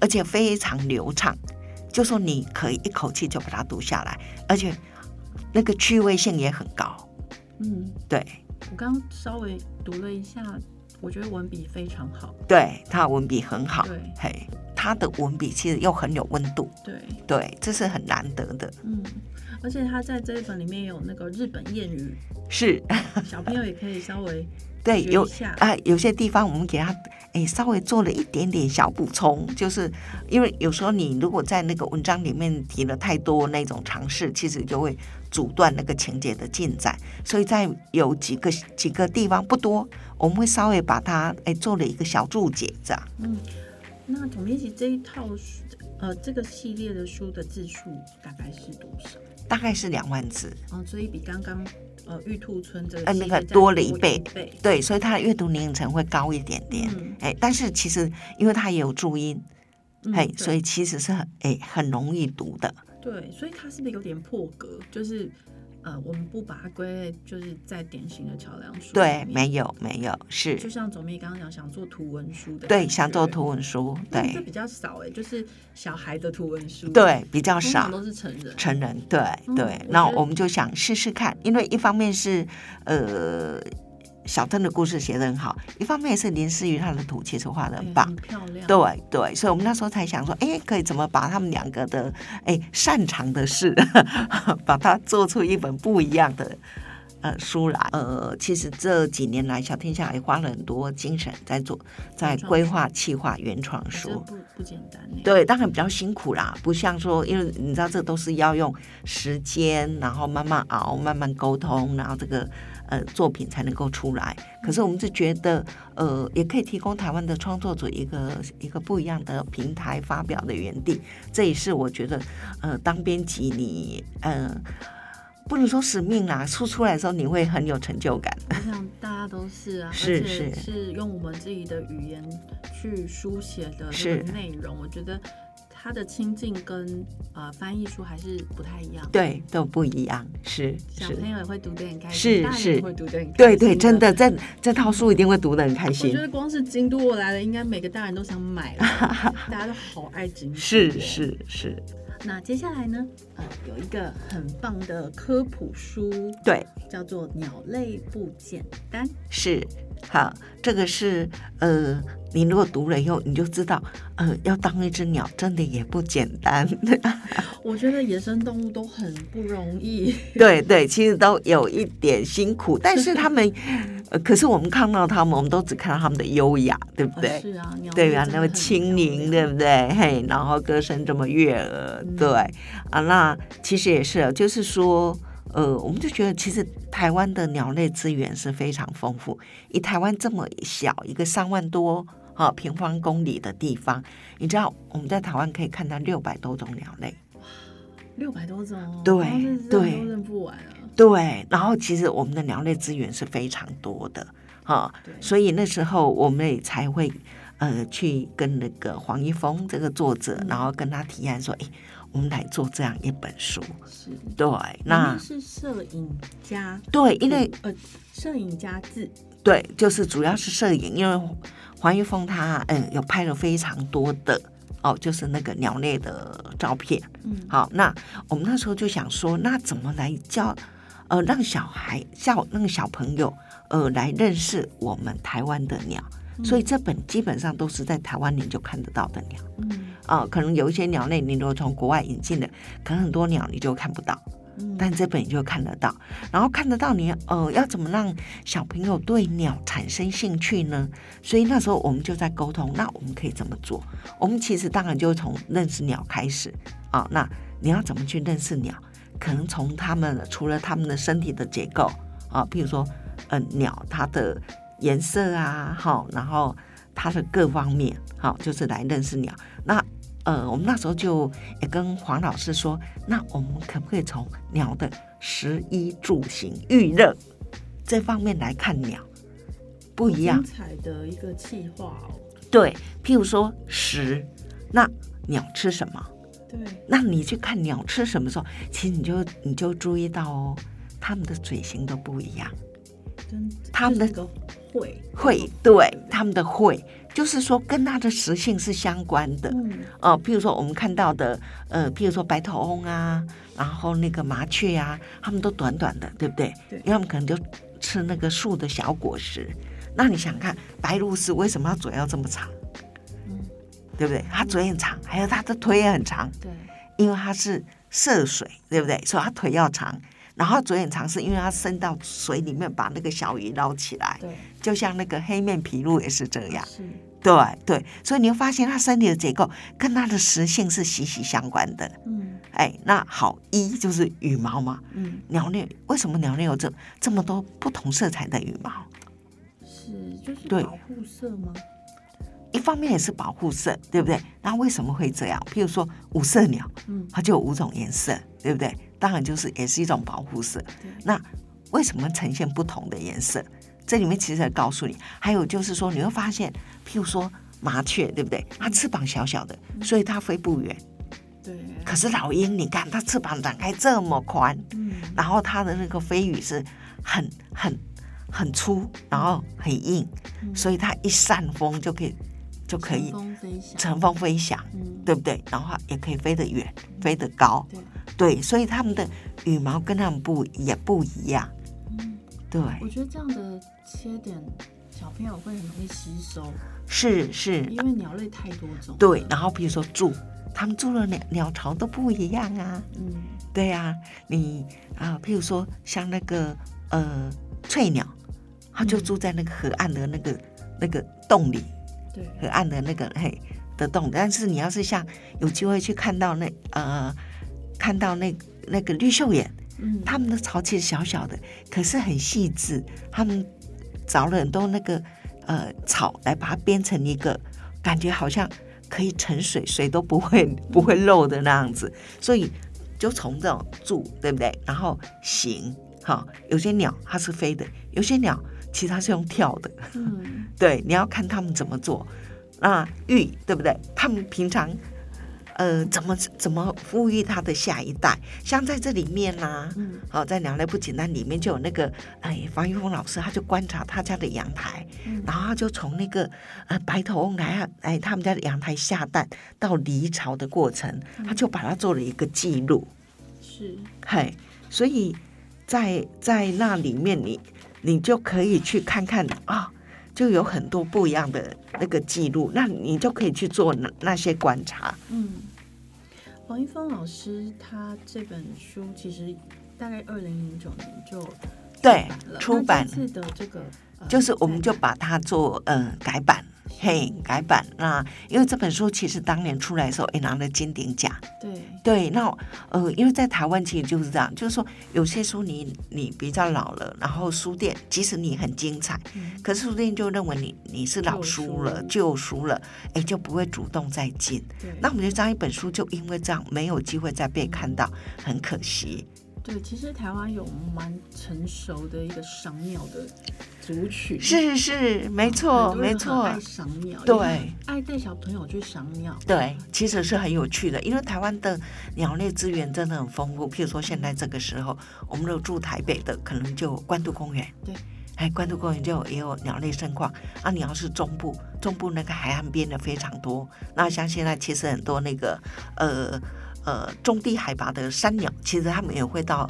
[SPEAKER 3] 而且非常流畅，就说你可以一口气就把它读下来，而且那个趣味性也很高，
[SPEAKER 2] 嗯，
[SPEAKER 3] 对。
[SPEAKER 2] 我刚稍微读了一下，我觉得文笔非常好。
[SPEAKER 3] 对，他的文笔很好
[SPEAKER 2] 对，
[SPEAKER 3] 嘿，他的文笔其实又很有温度，
[SPEAKER 2] 对，
[SPEAKER 3] 对，这是很难得的，
[SPEAKER 2] 嗯，而且他在这一本里面有那个日本谚语，
[SPEAKER 3] 是，
[SPEAKER 2] 小朋友也可以稍微
[SPEAKER 3] 对，
[SPEAKER 2] 学一
[SPEAKER 3] 有
[SPEAKER 2] 下
[SPEAKER 3] 啊、有些地方我们给他哎稍微做了一点点小补充，就是因为有时候你如果在那个文章里面提了太多那种尝试，其实就会阻断那个情节的进展，所以在有几个几个地方不多，我们会稍微把它哎做了一个小注解这样。
[SPEAKER 2] 嗯。那统一起这一套书，呃，这个系列的书的字数大概是多少？
[SPEAKER 3] 大概是两万字，
[SPEAKER 2] 嗯、所以比刚刚呃玉兔村这个
[SPEAKER 3] 呃
[SPEAKER 2] 系
[SPEAKER 3] 那
[SPEAKER 2] 列
[SPEAKER 3] 个
[SPEAKER 2] 再
[SPEAKER 3] 多了一倍
[SPEAKER 2] 倍。
[SPEAKER 3] 对，所以它的阅读年龄层会高一点点。
[SPEAKER 2] 嗯
[SPEAKER 3] 哎，但是其实因为它也有注音，
[SPEAKER 2] 嗯
[SPEAKER 3] 哎、
[SPEAKER 2] 对
[SPEAKER 3] 所以其实是很哎很容易读的。
[SPEAKER 2] 对，所以它是不是有点破格？就是呃，我们不把它归类，就是在典型的桥梁书里
[SPEAKER 3] 对，
[SPEAKER 2] 面
[SPEAKER 3] 没有没有，
[SPEAKER 2] 就是像总秘刚刚讲，想做图文书的，
[SPEAKER 3] 对，想做，图文书，
[SPEAKER 2] 嗯这
[SPEAKER 3] 对
[SPEAKER 2] 比较少哎，就是小孩的图文书，，
[SPEAKER 3] 对比较
[SPEAKER 2] 通常
[SPEAKER 3] 少。
[SPEAKER 2] 都是成人，
[SPEAKER 3] 成人对
[SPEAKER 2] 嗯
[SPEAKER 3] 对
[SPEAKER 2] 我，
[SPEAKER 3] 那
[SPEAKER 2] 觉得
[SPEAKER 3] 我们就想试试看，因为一方面是呃小邓的故事写得很好，一方面也是林思雨她的图其实画得
[SPEAKER 2] 对
[SPEAKER 3] 很棒
[SPEAKER 2] 很，漂亮，
[SPEAKER 3] 对对，所以我们那时候才想说，哎，可以怎么把他们两个的哎擅长的事， 把它做出一本不一样的呃书来。呃，其实这几年来，小天下也花了很多精神在做，在
[SPEAKER 2] 原创
[SPEAKER 3] 规
[SPEAKER 2] 书
[SPEAKER 3] 划、企划、原创
[SPEAKER 2] 哎，
[SPEAKER 3] 书。
[SPEAKER 2] 这不不简单哎，
[SPEAKER 3] 对，当然比较辛苦啦，不像说，因为你知道这都是要用时间，然后慢慢熬，慢慢沟通，然后这个呃作品才能够出来。可是我们是觉得，呃，也可以提供台湾的创作者一个一个不一样的平台发表的园地，这也是我觉得，呃，当编辑你，呃。不能说使命啦，出出来的时候你会很有成就感。
[SPEAKER 2] 我想大家都是 啊，
[SPEAKER 3] 是
[SPEAKER 2] 而且
[SPEAKER 3] 是
[SPEAKER 2] 是用我们自己的语言去书写的这
[SPEAKER 3] 是
[SPEAKER 2] 个内容，我觉得它的亲近跟呃翻译书还是不太一样，，
[SPEAKER 3] 对，都不一样，是
[SPEAKER 2] 小
[SPEAKER 3] 是，
[SPEAKER 2] 朋友也会读得很开
[SPEAKER 3] 是
[SPEAKER 2] 心，大人也
[SPEAKER 3] 是
[SPEAKER 2] 会读得很开
[SPEAKER 3] 对
[SPEAKER 2] 心
[SPEAKER 3] 对，真。的，这这套书一定会读得很开
[SPEAKER 2] 我
[SPEAKER 3] 心
[SPEAKER 2] 觉。得光是京都我来了，应该每个大人都想 买了，大家都好爱京都。哦
[SPEAKER 3] 是。是是，
[SPEAKER 2] 那接下来呢？呃，有一个很棒的科普书，
[SPEAKER 3] 对，
[SPEAKER 2] 叫做《鸟类不简单》。
[SPEAKER 3] 是好，这个是呃，你如果读了以后，你就知道，呃，要当一只鸟真的也不简单。
[SPEAKER 2] 我觉得野生动物都很不容易。
[SPEAKER 3] 对对，其实都有一点辛苦，但是他们，呃，可是我们看到他们，我们都只看到他们的优雅， 对不
[SPEAKER 2] 呃
[SPEAKER 3] 对？
[SPEAKER 2] 是啊，鸟类
[SPEAKER 3] 对啊，
[SPEAKER 2] 真的
[SPEAKER 3] 那么
[SPEAKER 2] 很
[SPEAKER 3] 轻
[SPEAKER 2] 漂
[SPEAKER 3] 盈，对
[SPEAKER 2] 亮
[SPEAKER 3] 不对？嘿，然后歌声这么悦耳，
[SPEAKER 2] 嗯
[SPEAKER 3] 对啊，那其实也是，哦就是说，呃，我们就觉得其实台湾的鸟类资源是非常丰富，以台湾这么小一个三万多啊平方公里的地方，你知道我们在台湾可以看到六百多种鸟类，
[SPEAKER 2] 六百多种哦，
[SPEAKER 3] 对
[SPEAKER 2] 光是这
[SPEAKER 3] 对
[SPEAKER 2] 样都认不完啊。
[SPEAKER 3] 对，然后其实我们的鸟类资源是非常多的哈、
[SPEAKER 2] 对，
[SPEAKER 3] 所以那时候我们也才会呃去跟那个黄一峰这个作者，然后跟他提案说，哎，我们来做这样一本书。
[SPEAKER 2] 是
[SPEAKER 3] 对，
[SPEAKER 1] 您
[SPEAKER 2] 嗯
[SPEAKER 3] 那
[SPEAKER 1] 是摄影家，
[SPEAKER 3] 对，因为
[SPEAKER 2] 呃，摄影家字
[SPEAKER 3] 对，就是主要是摄影，因为黄玉峰他嗯有拍了非常多的哦，就是那个鸟类的照片。
[SPEAKER 2] 嗯，
[SPEAKER 3] 好，那我们那时候就想说，那怎么来教呃让小孩叫那个小朋友呃来认识我们台湾的鸟？所以这本基本上都是在台湾你就看得到的鸟
[SPEAKER 2] 嗯
[SPEAKER 3] 啊、可能有一些鸟类你如果从国外引进的，可能很多鸟你就看不到。
[SPEAKER 2] 嗯，
[SPEAKER 3] 但这本你就看得到，然后看得到你呃要怎么让小朋友对鸟产生兴趣呢？所以那时候我们就在沟通，那我们可以怎么做？我们其实当然就从认识鸟开始啊、那你要怎么去认识鸟？可能从它们除了它们的身体的结构啊、譬如说呃鸟它的颜色啊，好，然后它的各方面好、就是来认识鸟。那呃，我们那时候就也跟黄老师说，那我们可不可以从鸟的食衣住行、娱乐这方面来看鸟，不一样
[SPEAKER 2] 好？精彩的一个计划哦，
[SPEAKER 3] 对，譬如说食，那鸟吃什么？
[SPEAKER 2] 对，
[SPEAKER 3] 那你去看鸟吃什么时候，其实你就你就注意到哦，它们的嘴型都不一样，
[SPEAKER 2] 真
[SPEAKER 3] 他们的
[SPEAKER 2] 就是那个会
[SPEAKER 3] 喙对，它们的喙，就是说跟它的食性是相关的。
[SPEAKER 2] 嗯，
[SPEAKER 3] 哦，譬如说我们看到的，呃，譬如说白头翁啊，然后那个麻雀啊，它们都短短的，对不对？
[SPEAKER 2] 对
[SPEAKER 3] 要么可能就吃那个树的小果实。那你想看白鹭鸶为什么它嘴要这么长？
[SPEAKER 2] 嗯
[SPEAKER 3] 对不对？它嘴很长，还有它的腿也很长，
[SPEAKER 2] 对，
[SPEAKER 3] 因为它是涉水，对不对？所以它腿要长，然后嘴很长是因为它伸到水里面把那个小鱼捞起来，
[SPEAKER 2] 对，
[SPEAKER 3] 就像那个黑面琵鹭也是这样。
[SPEAKER 2] 是，
[SPEAKER 3] 对对，所以你会发现它身体的结构跟它的食性是息息相关的。
[SPEAKER 2] 嗯
[SPEAKER 3] 哎，那好，一就是羽毛嘛，
[SPEAKER 2] 嗯，
[SPEAKER 3] 鸟类为什么鸟类有这这么多不同色彩的羽毛？
[SPEAKER 2] 是，就是
[SPEAKER 3] 对
[SPEAKER 2] 保护色吗？
[SPEAKER 3] 一方面也是保护色，对不对？那为什么会这样？譬如说五色鸟，
[SPEAKER 2] 嗯，
[SPEAKER 3] 它就有五种颜色，对不对？当然就是也是一种保护色。
[SPEAKER 2] 对，
[SPEAKER 3] 那为什么呈现不同的颜色？这里面其实也告诉你，还有就是说，你会发现，譬如说麻雀，对不对？它翅膀小小的，所以它飞不远。
[SPEAKER 2] 对，
[SPEAKER 3] 可是老鹰，你看它翅膀展开这么宽，
[SPEAKER 2] 嗯，
[SPEAKER 3] 然后它的那个飞羽是很很很粗，然后很硬，
[SPEAKER 2] 嗯
[SPEAKER 3] 所以它一扇风就可以就可以
[SPEAKER 2] 乘风飞翔，
[SPEAKER 3] 乘风飞翔，
[SPEAKER 2] 嗯，
[SPEAKER 3] 对不对？然后也可以飞得远，飞得高，
[SPEAKER 2] 对，
[SPEAKER 3] 对，所以它们的羽毛跟它们不也不一样，
[SPEAKER 2] 嗯，
[SPEAKER 3] 对，
[SPEAKER 2] 我觉得这样的切点，小朋友会很容易吸收，
[SPEAKER 3] 是是，
[SPEAKER 2] 因为鸟类太多种，
[SPEAKER 3] 对。，然后比如说住，它们住的鸟鸟巢都不一样啊，
[SPEAKER 2] 嗯，
[SPEAKER 3] 对呀、啊，你啊，譬如说像那个呃翠鸟，它就
[SPEAKER 2] 嗯
[SPEAKER 3] 住在那个河岸的那个那个洞里，
[SPEAKER 2] 对，
[SPEAKER 3] 河岸的那个嘿的洞。但是你要是像有机会去看到那呃看到那那个绿袖眼，
[SPEAKER 2] 嗯，
[SPEAKER 3] 它们的巢其实小小的，可是很细致，它们找了很多那个呃草来把它编成一个感觉好像可以沉水，水都不会不会漏的那样子，所以就从这种住，对不对？然后行，哈、有些鸟它是飞的，有些鸟其实它是用跳的，
[SPEAKER 2] 嗯，
[SPEAKER 3] 对，你要看他们怎么做。那育对不对？他们平常呃怎么怎么呼育他的下一代？像在这里面啊呢、
[SPEAKER 2] 嗯，
[SPEAKER 3] 好、在鸟类不简单里面就有那个哎，王玉峰老师他就观察他家的阳台，
[SPEAKER 2] 嗯
[SPEAKER 3] 然后他就从那个呃白头翁来来他们家的阳台下蛋到离巢的过程，
[SPEAKER 2] 嗯
[SPEAKER 3] 他就把它做了一个记录。
[SPEAKER 2] 是，
[SPEAKER 3] 嗨，所以在在那里面你，你就可以去看看啊、就有很多不一样的那个记录，那你就可以去做那那些观察。
[SPEAKER 2] 嗯，黄一峰老师他这本书其实大概二零零九年就
[SPEAKER 3] 对
[SPEAKER 2] 版了，
[SPEAKER 3] 出
[SPEAKER 2] 那
[SPEAKER 3] 版
[SPEAKER 2] 这次的这个、呃
[SPEAKER 3] 就是我们就把它做呃改版，嘿，改版。那因为这本书其实当年出来的时候，也哎拿了金鼎奖。
[SPEAKER 2] 对，
[SPEAKER 3] 对，那呃，因为在台湾其实就是这样，就是说有些书你你比较老了，然后书店即使你很精彩，
[SPEAKER 2] 嗯
[SPEAKER 3] 可是书店就认为你你是老书了、旧书了，哎，就不会主动再进。
[SPEAKER 2] 对，
[SPEAKER 3] 那我们觉得这样一本书就因为这样没有机会再被看到，很可惜。
[SPEAKER 2] 对，其实台湾有蛮成熟的一个赏鸟的族群，
[SPEAKER 3] 是是，没错
[SPEAKER 2] 很多人
[SPEAKER 3] 没
[SPEAKER 2] 很
[SPEAKER 3] 错，
[SPEAKER 2] 爱赏鸟，也
[SPEAKER 3] 对
[SPEAKER 2] 爱带小朋友去赏鸟，
[SPEAKER 3] 对，其实是很有趣的，因为台湾的鸟类资源真的很丰富。譬如说，现在这个时候，我们如果住台北的，可能就有关渡公园，
[SPEAKER 2] 对，
[SPEAKER 3] 哎，关渡公园就有也有鸟类盛况。啊，你要是中部，中部那个海岸边的非常多。那像现在其实很多那个呃呃中低海拔的山鸟，其实它们也会到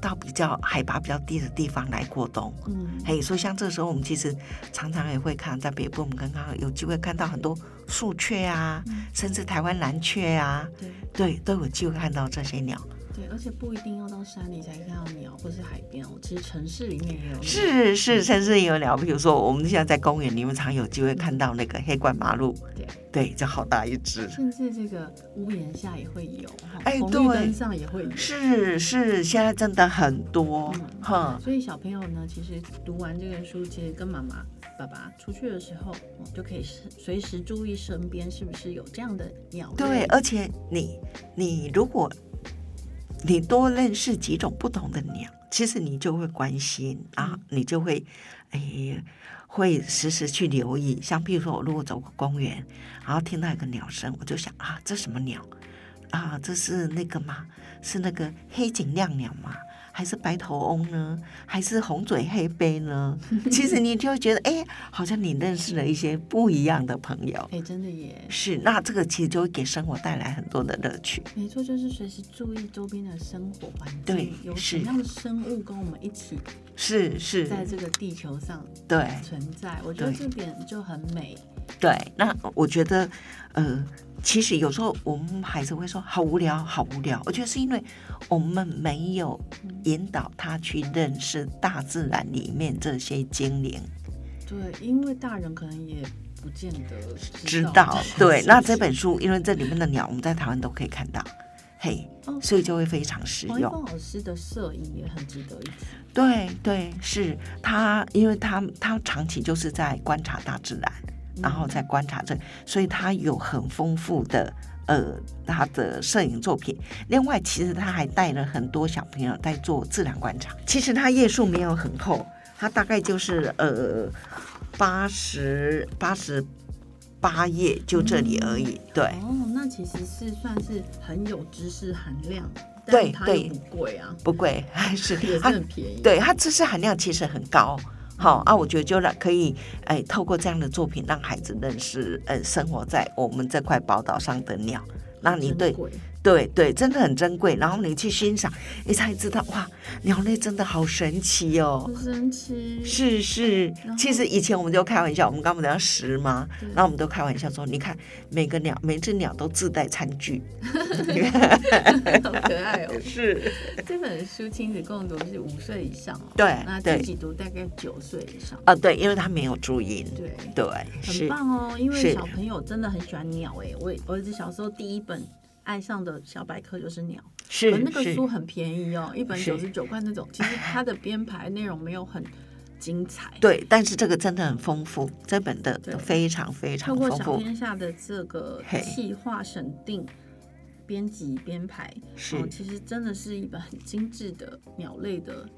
[SPEAKER 3] 到比较海拔比较低的地方来过冬。
[SPEAKER 2] 嗯，
[SPEAKER 3] 嘿，所以像这时候，我们其实常常也会看，在北部我们刚刚有机会看到很多树雀啊，
[SPEAKER 2] 嗯
[SPEAKER 3] 甚至台湾蓝雀啊，
[SPEAKER 2] 对
[SPEAKER 3] 对，都有机会看到这些鸟。
[SPEAKER 2] 对，而且不一定要到山里才看到鸟，或是海边哦，其实城市里面也有鸟，
[SPEAKER 3] 是是，甚至有鸟，比如说我们现在在公园里面常有机会看到那个黑冠麻鹭，
[SPEAKER 2] 对，
[SPEAKER 3] 对，就好大一只。
[SPEAKER 2] 甚至这个屋檐下也会有，哈
[SPEAKER 3] 哎
[SPEAKER 2] 红
[SPEAKER 3] 对
[SPEAKER 2] 绿灯上也会有，
[SPEAKER 3] 是是，现在真的很多
[SPEAKER 2] 嗯，
[SPEAKER 3] 哼，
[SPEAKER 2] 所以小朋友呢，其实读完这个书，其实跟妈妈、爸爸出去的时候，哦就可以是随时注意身边是不是有这样的鸟类。
[SPEAKER 3] 对，而且你你如果你多认识几种不同的鸟，其实你就会关心啊
[SPEAKER 2] 嗯，
[SPEAKER 3] 你就会诶、会时时去留意。像譬如说，我如果走过公园，然后听到一个鸟声，我就想啊，这什么鸟啊？这是那个吗？是那个黑颈亮鸟吗？还是白头翁呢？还是红嘴黑背呢？ 其实你就会觉得，诶，好像你认识了一些不一样的朋友。
[SPEAKER 2] 哎，真的耶，
[SPEAKER 3] 是，那这个其实就会给生活带来很多的乐趣。
[SPEAKER 2] 没错，就是随时注意周边的生活环境，
[SPEAKER 3] 对
[SPEAKER 2] 有
[SPEAKER 3] 是
[SPEAKER 2] 什么样的生物跟我们一起
[SPEAKER 3] 是是，
[SPEAKER 2] 在这个地球上
[SPEAKER 3] 对
[SPEAKER 2] 存在，我觉得
[SPEAKER 3] 对
[SPEAKER 2] 这点就很美。
[SPEAKER 3] 对。那我觉得，呃，其实有时候我们孩子会说好无聊，好无聊。我觉得是因为我们没有
[SPEAKER 2] 嗯
[SPEAKER 3] 引导他去认识大自然里面这些精灵，
[SPEAKER 2] 对，因为大人可能也不见得
[SPEAKER 3] 知
[SPEAKER 2] 这
[SPEAKER 3] 道
[SPEAKER 2] 件。
[SPEAKER 3] 对，
[SPEAKER 2] 事
[SPEAKER 3] 那这
[SPEAKER 2] 情
[SPEAKER 3] 本书因为这里面的鸟，我们在台湾都可以看到，嘿，
[SPEAKER 2] 哦
[SPEAKER 3] 所以就会非常实
[SPEAKER 2] 黄一
[SPEAKER 3] 用。
[SPEAKER 2] 峰老师哦的摄影也很值得一提。
[SPEAKER 3] 对对，是他，因为他他长期就是在观察大自然，然
[SPEAKER 2] 嗯
[SPEAKER 3] 后再观察这，所以他有很丰富的呃他的摄影作品。另外，其实他还带了很多小朋友在做自然观察。其实他页数没有很厚，他大概就是呃八十八十八页就这里而已。对，
[SPEAKER 2] 哦，那其实是算是很有知识含量，
[SPEAKER 3] 对
[SPEAKER 2] 但它
[SPEAKER 3] 对
[SPEAKER 2] 又不贵啊，
[SPEAKER 3] 不贵，还是
[SPEAKER 2] 也是
[SPEAKER 3] 他
[SPEAKER 2] 很便宜。
[SPEAKER 3] 对它知识含量其实很高。好、啊，我觉得就让可以，哎，透过这样的作品，让孩子认识，呃，生活在我们这块宝岛上的鸟。那你
[SPEAKER 2] 珍
[SPEAKER 3] 对
[SPEAKER 2] 贵
[SPEAKER 3] 对对，真的很珍贵。然后你去欣赏，你才知道哇，鸟类真的好神奇哦
[SPEAKER 2] 好。神奇，
[SPEAKER 3] 是是
[SPEAKER 2] 然，后
[SPEAKER 3] 其实以前我们就开玩笑，我们刚不讲食吗
[SPEAKER 2] 对？
[SPEAKER 3] 那我们都开玩笑说，你看每个鸟，每只鸟都自带餐具。
[SPEAKER 2] 好可爱 哦。
[SPEAKER 3] 是，
[SPEAKER 2] 这本书亲子共读是五岁以上哦，
[SPEAKER 3] 对
[SPEAKER 2] 那自
[SPEAKER 3] 对
[SPEAKER 2] 己读大概九岁以上，
[SPEAKER 3] 啊，对，因为它没有注音。
[SPEAKER 2] 对。
[SPEAKER 3] 对，
[SPEAKER 2] 很
[SPEAKER 3] 是。
[SPEAKER 2] 棒哦，因为
[SPEAKER 3] 是
[SPEAKER 2] 小朋友真的很喜欢鸟哎、我我儿子小时候第一本爱上的小百科就是鸟，
[SPEAKER 3] 是
[SPEAKER 2] 可那个
[SPEAKER 3] 是
[SPEAKER 2] 书很便宜哦，一本
[SPEAKER 3] 是
[SPEAKER 2] 九十九块那种。其实它的编排内容没有很精彩，
[SPEAKER 3] 对，但是这个真的很丰富，这本的
[SPEAKER 2] 对
[SPEAKER 3] 非常非
[SPEAKER 2] 透
[SPEAKER 3] 常
[SPEAKER 2] 过
[SPEAKER 3] 丰
[SPEAKER 2] 小
[SPEAKER 3] 富，
[SPEAKER 2] 天下的这个
[SPEAKER 3] 嘿
[SPEAKER 2] 企划审定、编辑、编排，
[SPEAKER 3] 是
[SPEAKER 2] 哦，其实真的是一本很精致的鸟类的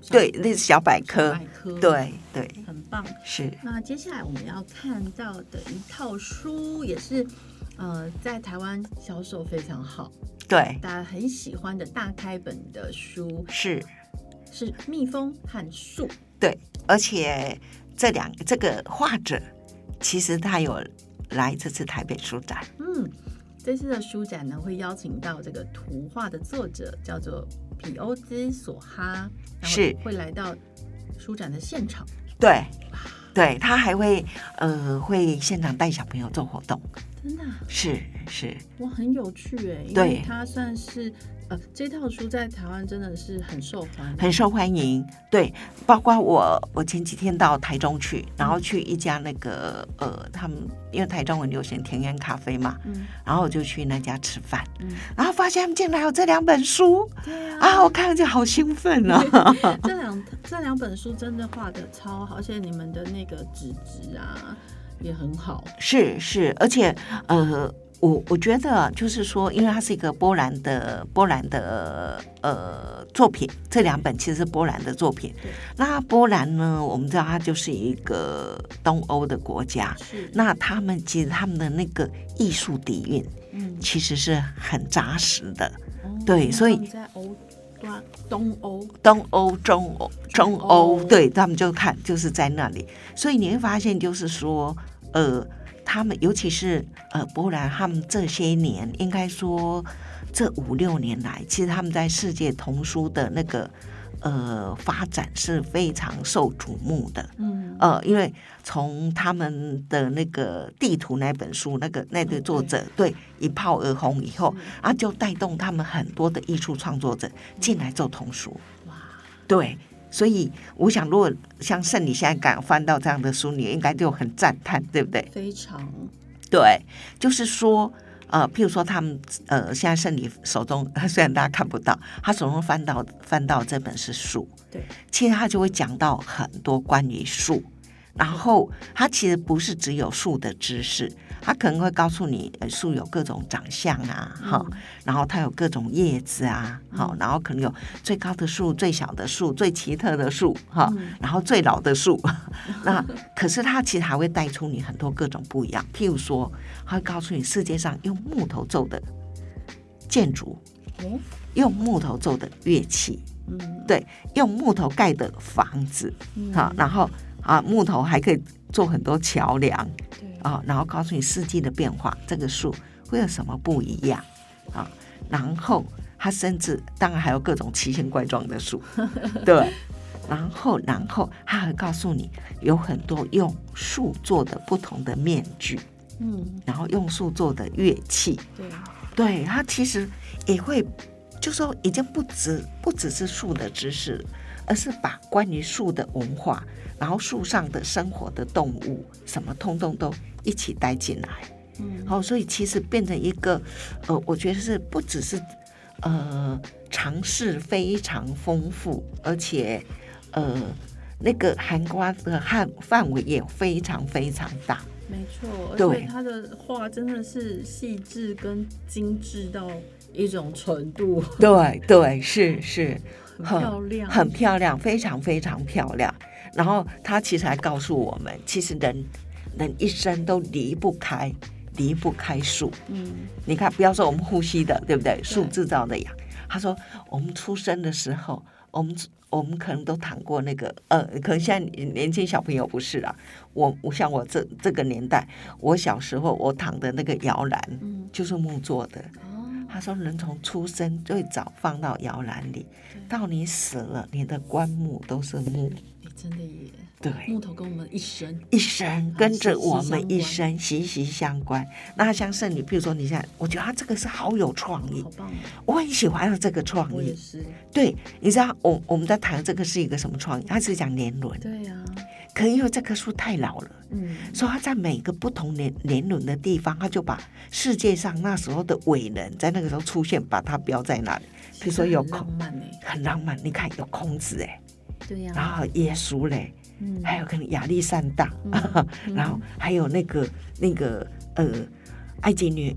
[SPEAKER 2] 小
[SPEAKER 3] 对，那是小百
[SPEAKER 2] 小
[SPEAKER 3] 科，
[SPEAKER 2] 百科，，
[SPEAKER 3] 对对
[SPEAKER 2] 很棒。
[SPEAKER 3] 是，
[SPEAKER 2] 那接下来我们要看到的一套书，也是呃在台湾销售非常好，
[SPEAKER 3] 对
[SPEAKER 2] 大家很喜欢的大开本的书
[SPEAKER 3] 是，
[SPEAKER 2] 是《蜜蜂和树》。
[SPEAKER 3] 对，而且这两这个画者其实他有来这次台北书展，
[SPEAKER 2] 嗯，这次的书展呢，会邀请到这个图画的作者，叫做皮欧兹索哈，然后
[SPEAKER 3] 是
[SPEAKER 2] 会来到书展的现场。
[SPEAKER 3] 对对，他还会呃会现场带小朋友做活动，
[SPEAKER 2] 真的啊、
[SPEAKER 3] 是是，
[SPEAKER 2] 哇，很有趣哎，因为
[SPEAKER 3] 对
[SPEAKER 2] 它算是呃，这套书在台湾真的是很受欢迎，
[SPEAKER 3] 很受欢迎。对，包括我，我前几天到台中去，然后去一家那个呃，他们因为台中很流行田园咖啡嘛，
[SPEAKER 2] 嗯
[SPEAKER 3] 然后我就去那家吃饭，
[SPEAKER 2] 嗯，
[SPEAKER 3] 然后发现他们竟然有这两本书
[SPEAKER 2] 对啊，
[SPEAKER 3] 啊，我看了就好兴奋啊！
[SPEAKER 2] 这两这两本书真的画的超好，而且你们的那个纸质啊也很好，
[SPEAKER 3] 是是，而且呃，我我觉得就是说，因为它是一个波兰的波兰的呃作品，这两本其实是波兰的作品
[SPEAKER 2] 对。
[SPEAKER 3] 那波兰呢，我们知道它就是一个东欧的国家，
[SPEAKER 2] 是，
[SPEAKER 3] 那他们其实他们的那个艺术底蕴
[SPEAKER 2] 嗯，
[SPEAKER 3] 其实是很扎实的，
[SPEAKER 2] 哦
[SPEAKER 3] 对
[SPEAKER 2] 那
[SPEAKER 3] 所以
[SPEAKER 2] 他们在欧端东欧，
[SPEAKER 3] 东欧、中欧、中
[SPEAKER 2] 欧
[SPEAKER 3] 欧，对他们就看就是在那里，所以你会发现，就是说，呃，他们尤其是呃波兰，他们这些年应该说这五六年来，其实他们在世界童书的那个呃发展是非常受瞩目的。
[SPEAKER 2] 嗯，
[SPEAKER 3] 呃，因为从他们的那个地图那本书，那个那对作者、对一炮而红以后，啊，就带动他们很多的艺术创作者进来做童书。
[SPEAKER 2] 哇，
[SPEAKER 3] 对，所以我想，如果像圣你现在敢翻到这样的书，你应该就很赞叹，对不对？
[SPEAKER 2] 非常
[SPEAKER 3] 对，就是说，呃，譬如说他们呃，现在圣你手中 虽然大家看不到，他手中翻到翻到这本是书，
[SPEAKER 2] 对，
[SPEAKER 3] 其实他就会讲到很多关于树，然后他其实不是只有树的知识，他可能会告诉你呃树有各种长相啊，哈、然后它有各种叶子啊，
[SPEAKER 2] 嗯
[SPEAKER 3] 好、然后可能有最高的树、最小的树、最奇特的树，哈、
[SPEAKER 2] 嗯
[SPEAKER 3] 然后最老的树。 那可是它其实还会带出你很多各种不一样，譬如说，它会告诉你世界上用木头做的建筑，
[SPEAKER 2] 哦，
[SPEAKER 3] 用木头做的乐器，
[SPEAKER 2] 嗯，
[SPEAKER 3] 对，用木头盖的房子，
[SPEAKER 2] 嗯
[SPEAKER 3] 好、，然后啊，木头还可以做很多桥梁
[SPEAKER 2] 对，
[SPEAKER 3] 啊、然后告诉你四季的变化，这个树会有什么不一样啊、然后它甚至当然还有各种奇形怪状的树，对。然后，然后它还告诉你有很多用树做的不同的面具，
[SPEAKER 2] 嗯，
[SPEAKER 3] 然后用树做的乐器，
[SPEAKER 2] 对，
[SPEAKER 3] 对它其实也会，就说已经不只不只是树的知识了，而是把关于树的文化，然后树上的生活的动物什么，通通都一起带进来。
[SPEAKER 2] 嗯，
[SPEAKER 3] 好、所以其实变成一个，呃，我觉得是不只是呃尝试非常丰富，而且呃那个含瓜的范范围也非常非常大。
[SPEAKER 2] 没错，而
[SPEAKER 3] 对
[SPEAKER 2] 且他的画真的是细致跟精致到一种程度，
[SPEAKER 3] 对对，是是。
[SPEAKER 2] 很
[SPEAKER 3] 很
[SPEAKER 2] 漂亮，
[SPEAKER 3] 很漂亮，非常非常漂亮。然后他其实还告诉我们，其实人人一生都离不开离不开树。
[SPEAKER 2] 嗯，
[SPEAKER 3] 你看，不要说我们呼吸的，对不对？树制造的氧。他说，我们出生的时候，我们我们可能都谈过那个，呃，可能现在年轻小朋友不是啊。我我像我这这个年代，我小时候我躺的那个摇篮，
[SPEAKER 2] 嗯
[SPEAKER 3] 就是木做的。
[SPEAKER 2] 哦，
[SPEAKER 3] 他说，人从出生最早放到摇篮里，到你死了，你的棺木都是木。
[SPEAKER 2] 哎，真的耶，
[SPEAKER 3] 对，
[SPEAKER 2] 木头跟我们一生，
[SPEAKER 3] 一生
[SPEAKER 2] 啊
[SPEAKER 3] 跟
[SPEAKER 2] 息
[SPEAKER 3] 着
[SPEAKER 2] 息
[SPEAKER 3] 我们
[SPEAKER 2] 相
[SPEAKER 3] 一
[SPEAKER 2] 关
[SPEAKER 3] 生息息相关。那像圣女，譬如说你像，我觉得他这个是好有创意
[SPEAKER 2] 好，棒哦，
[SPEAKER 3] 我很喜欢他这个创
[SPEAKER 2] 我也
[SPEAKER 3] 意。
[SPEAKER 2] 是，
[SPEAKER 3] 对，你知道我我们在谈这个是一个什么创意？他是讲年轮，
[SPEAKER 2] 对呀、
[SPEAKER 3] 可因为这棵树太老了。
[SPEAKER 2] 嗯，
[SPEAKER 3] 所以他在每个不同年年轮的地方，他就把世界上那时候的伟人在那个时候出现，把它标在那里。比
[SPEAKER 2] 其
[SPEAKER 3] 如说
[SPEAKER 2] 实
[SPEAKER 3] 有
[SPEAKER 2] 很
[SPEAKER 3] 孔
[SPEAKER 2] 浪漫呢、
[SPEAKER 3] 很浪漫。你看有孔子哎，
[SPEAKER 2] 对呀、
[SPEAKER 3] 然后耶稣嘞，
[SPEAKER 2] 嗯，
[SPEAKER 3] 还有可能亚历山大，
[SPEAKER 2] 嗯
[SPEAKER 3] 然后还有那个那个呃埃及女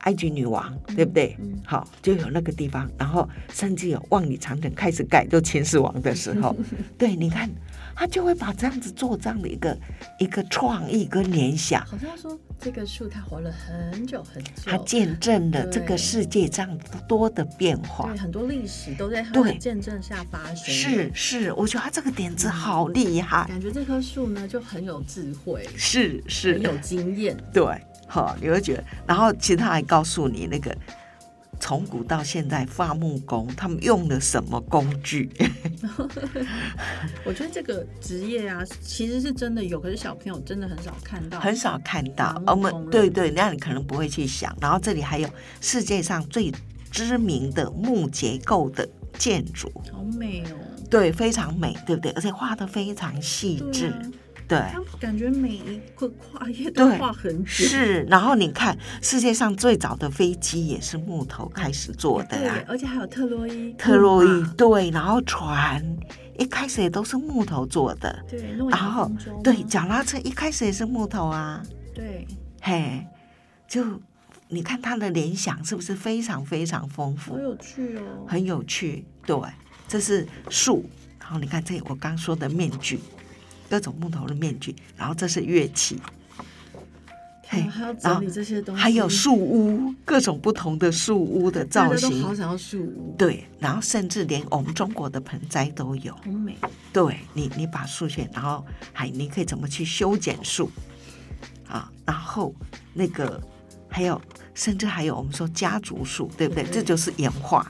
[SPEAKER 3] 埃及女王，对不对？
[SPEAKER 2] 嗯
[SPEAKER 3] 好，就有那个地方，然后甚至有万里长城开始盖，就秦始皇的时 候，对，你看他就会把这样子做这样的一个一个创意跟联想。
[SPEAKER 2] 好像说这个树它活了很久很久，
[SPEAKER 3] 他见证了这个
[SPEAKER 2] 对
[SPEAKER 3] 世界上多的变化
[SPEAKER 2] 对，很多历史都在它的
[SPEAKER 3] 对
[SPEAKER 2] 见证下发生，
[SPEAKER 3] 是是，我觉得他这个点子好厉害，
[SPEAKER 2] 感觉这棵树呢就很有智慧，
[SPEAKER 3] 是是
[SPEAKER 2] 很，有经验，
[SPEAKER 3] 对，好、你会觉得，然后其实他还告诉你那个从古到现在伐木工他们用了什么工具，
[SPEAKER 2] 我觉得这个职业啊其实是真的有，可是小朋友真的很少看到，
[SPEAKER 3] 很少看到
[SPEAKER 2] 啊伐木。
[SPEAKER 3] 我
[SPEAKER 2] 工嗯
[SPEAKER 3] 们
[SPEAKER 2] 人
[SPEAKER 3] 对对，那你可能不会去想。然后这里还有世界上最知名的木结构的建筑，
[SPEAKER 2] 好美哦，
[SPEAKER 3] 对，非常美，对不对？而且画的非常细致，对。
[SPEAKER 2] 啊他感觉每一个跨页都
[SPEAKER 3] 对
[SPEAKER 2] 画很久，
[SPEAKER 3] 是，然后你看，世界上最早的飞机也是木头开始做的
[SPEAKER 2] 对
[SPEAKER 3] 啊，，
[SPEAKER 2] 而且还有特洛伊，嗯啊
[SPEAKER 3] 特洛伊
[SPEAKER 2] 嘛
[SPEAKER 3] 对，然后船一开始也都是木头做的，
[SPEAKER 2] 对，诺
[SPEAKER 3] 然
[SPEAKER 2] 亚
[SPEAKER 3] 后
[SPEAKER 2] 方舟吗
[SPEAKER 3] 对，脚踏车一开始也是木头啊，
[SPEAKER 2] 对，
[SPEAKER 3] 嘿，就你看他的联想是不是非常非常丰
[SPEAKER 2] 好
[SPEAKER 3] 富，
[SPEAKER 2] 有趣哦，
[SPEAKER 3] 很有趣，对，这是树，然后你看这我刚说的面具，各种木头的面具，然后这是乐器，嘿
[SPEAKER 2] 天啊还要
[SPEAKER 3] 然后
[SPEAKER 2] 整理这些东西，
[SPEAKER 3] 还有树屋，各种不同的树屋的
[SPEAKER 2] 大
[SPEAKER 3] 造
[SPEAKER 2] 家都好
[SPEAKER 3] 型，
[SPEAKER 2] 想要树屋，
[SPEAKER 3] 对，然后甚至连我们中国的盆栽都有。
[SPEAKER 2] 好美，
[SPEAKER 3] 对你，你把树选，然后还你可以怎么去修剪树啊？然后那个还有，甚至还有我们说家族树，对不对？
[SPEAKER 2] 嗯
[SPEAKER 3] 这就是演化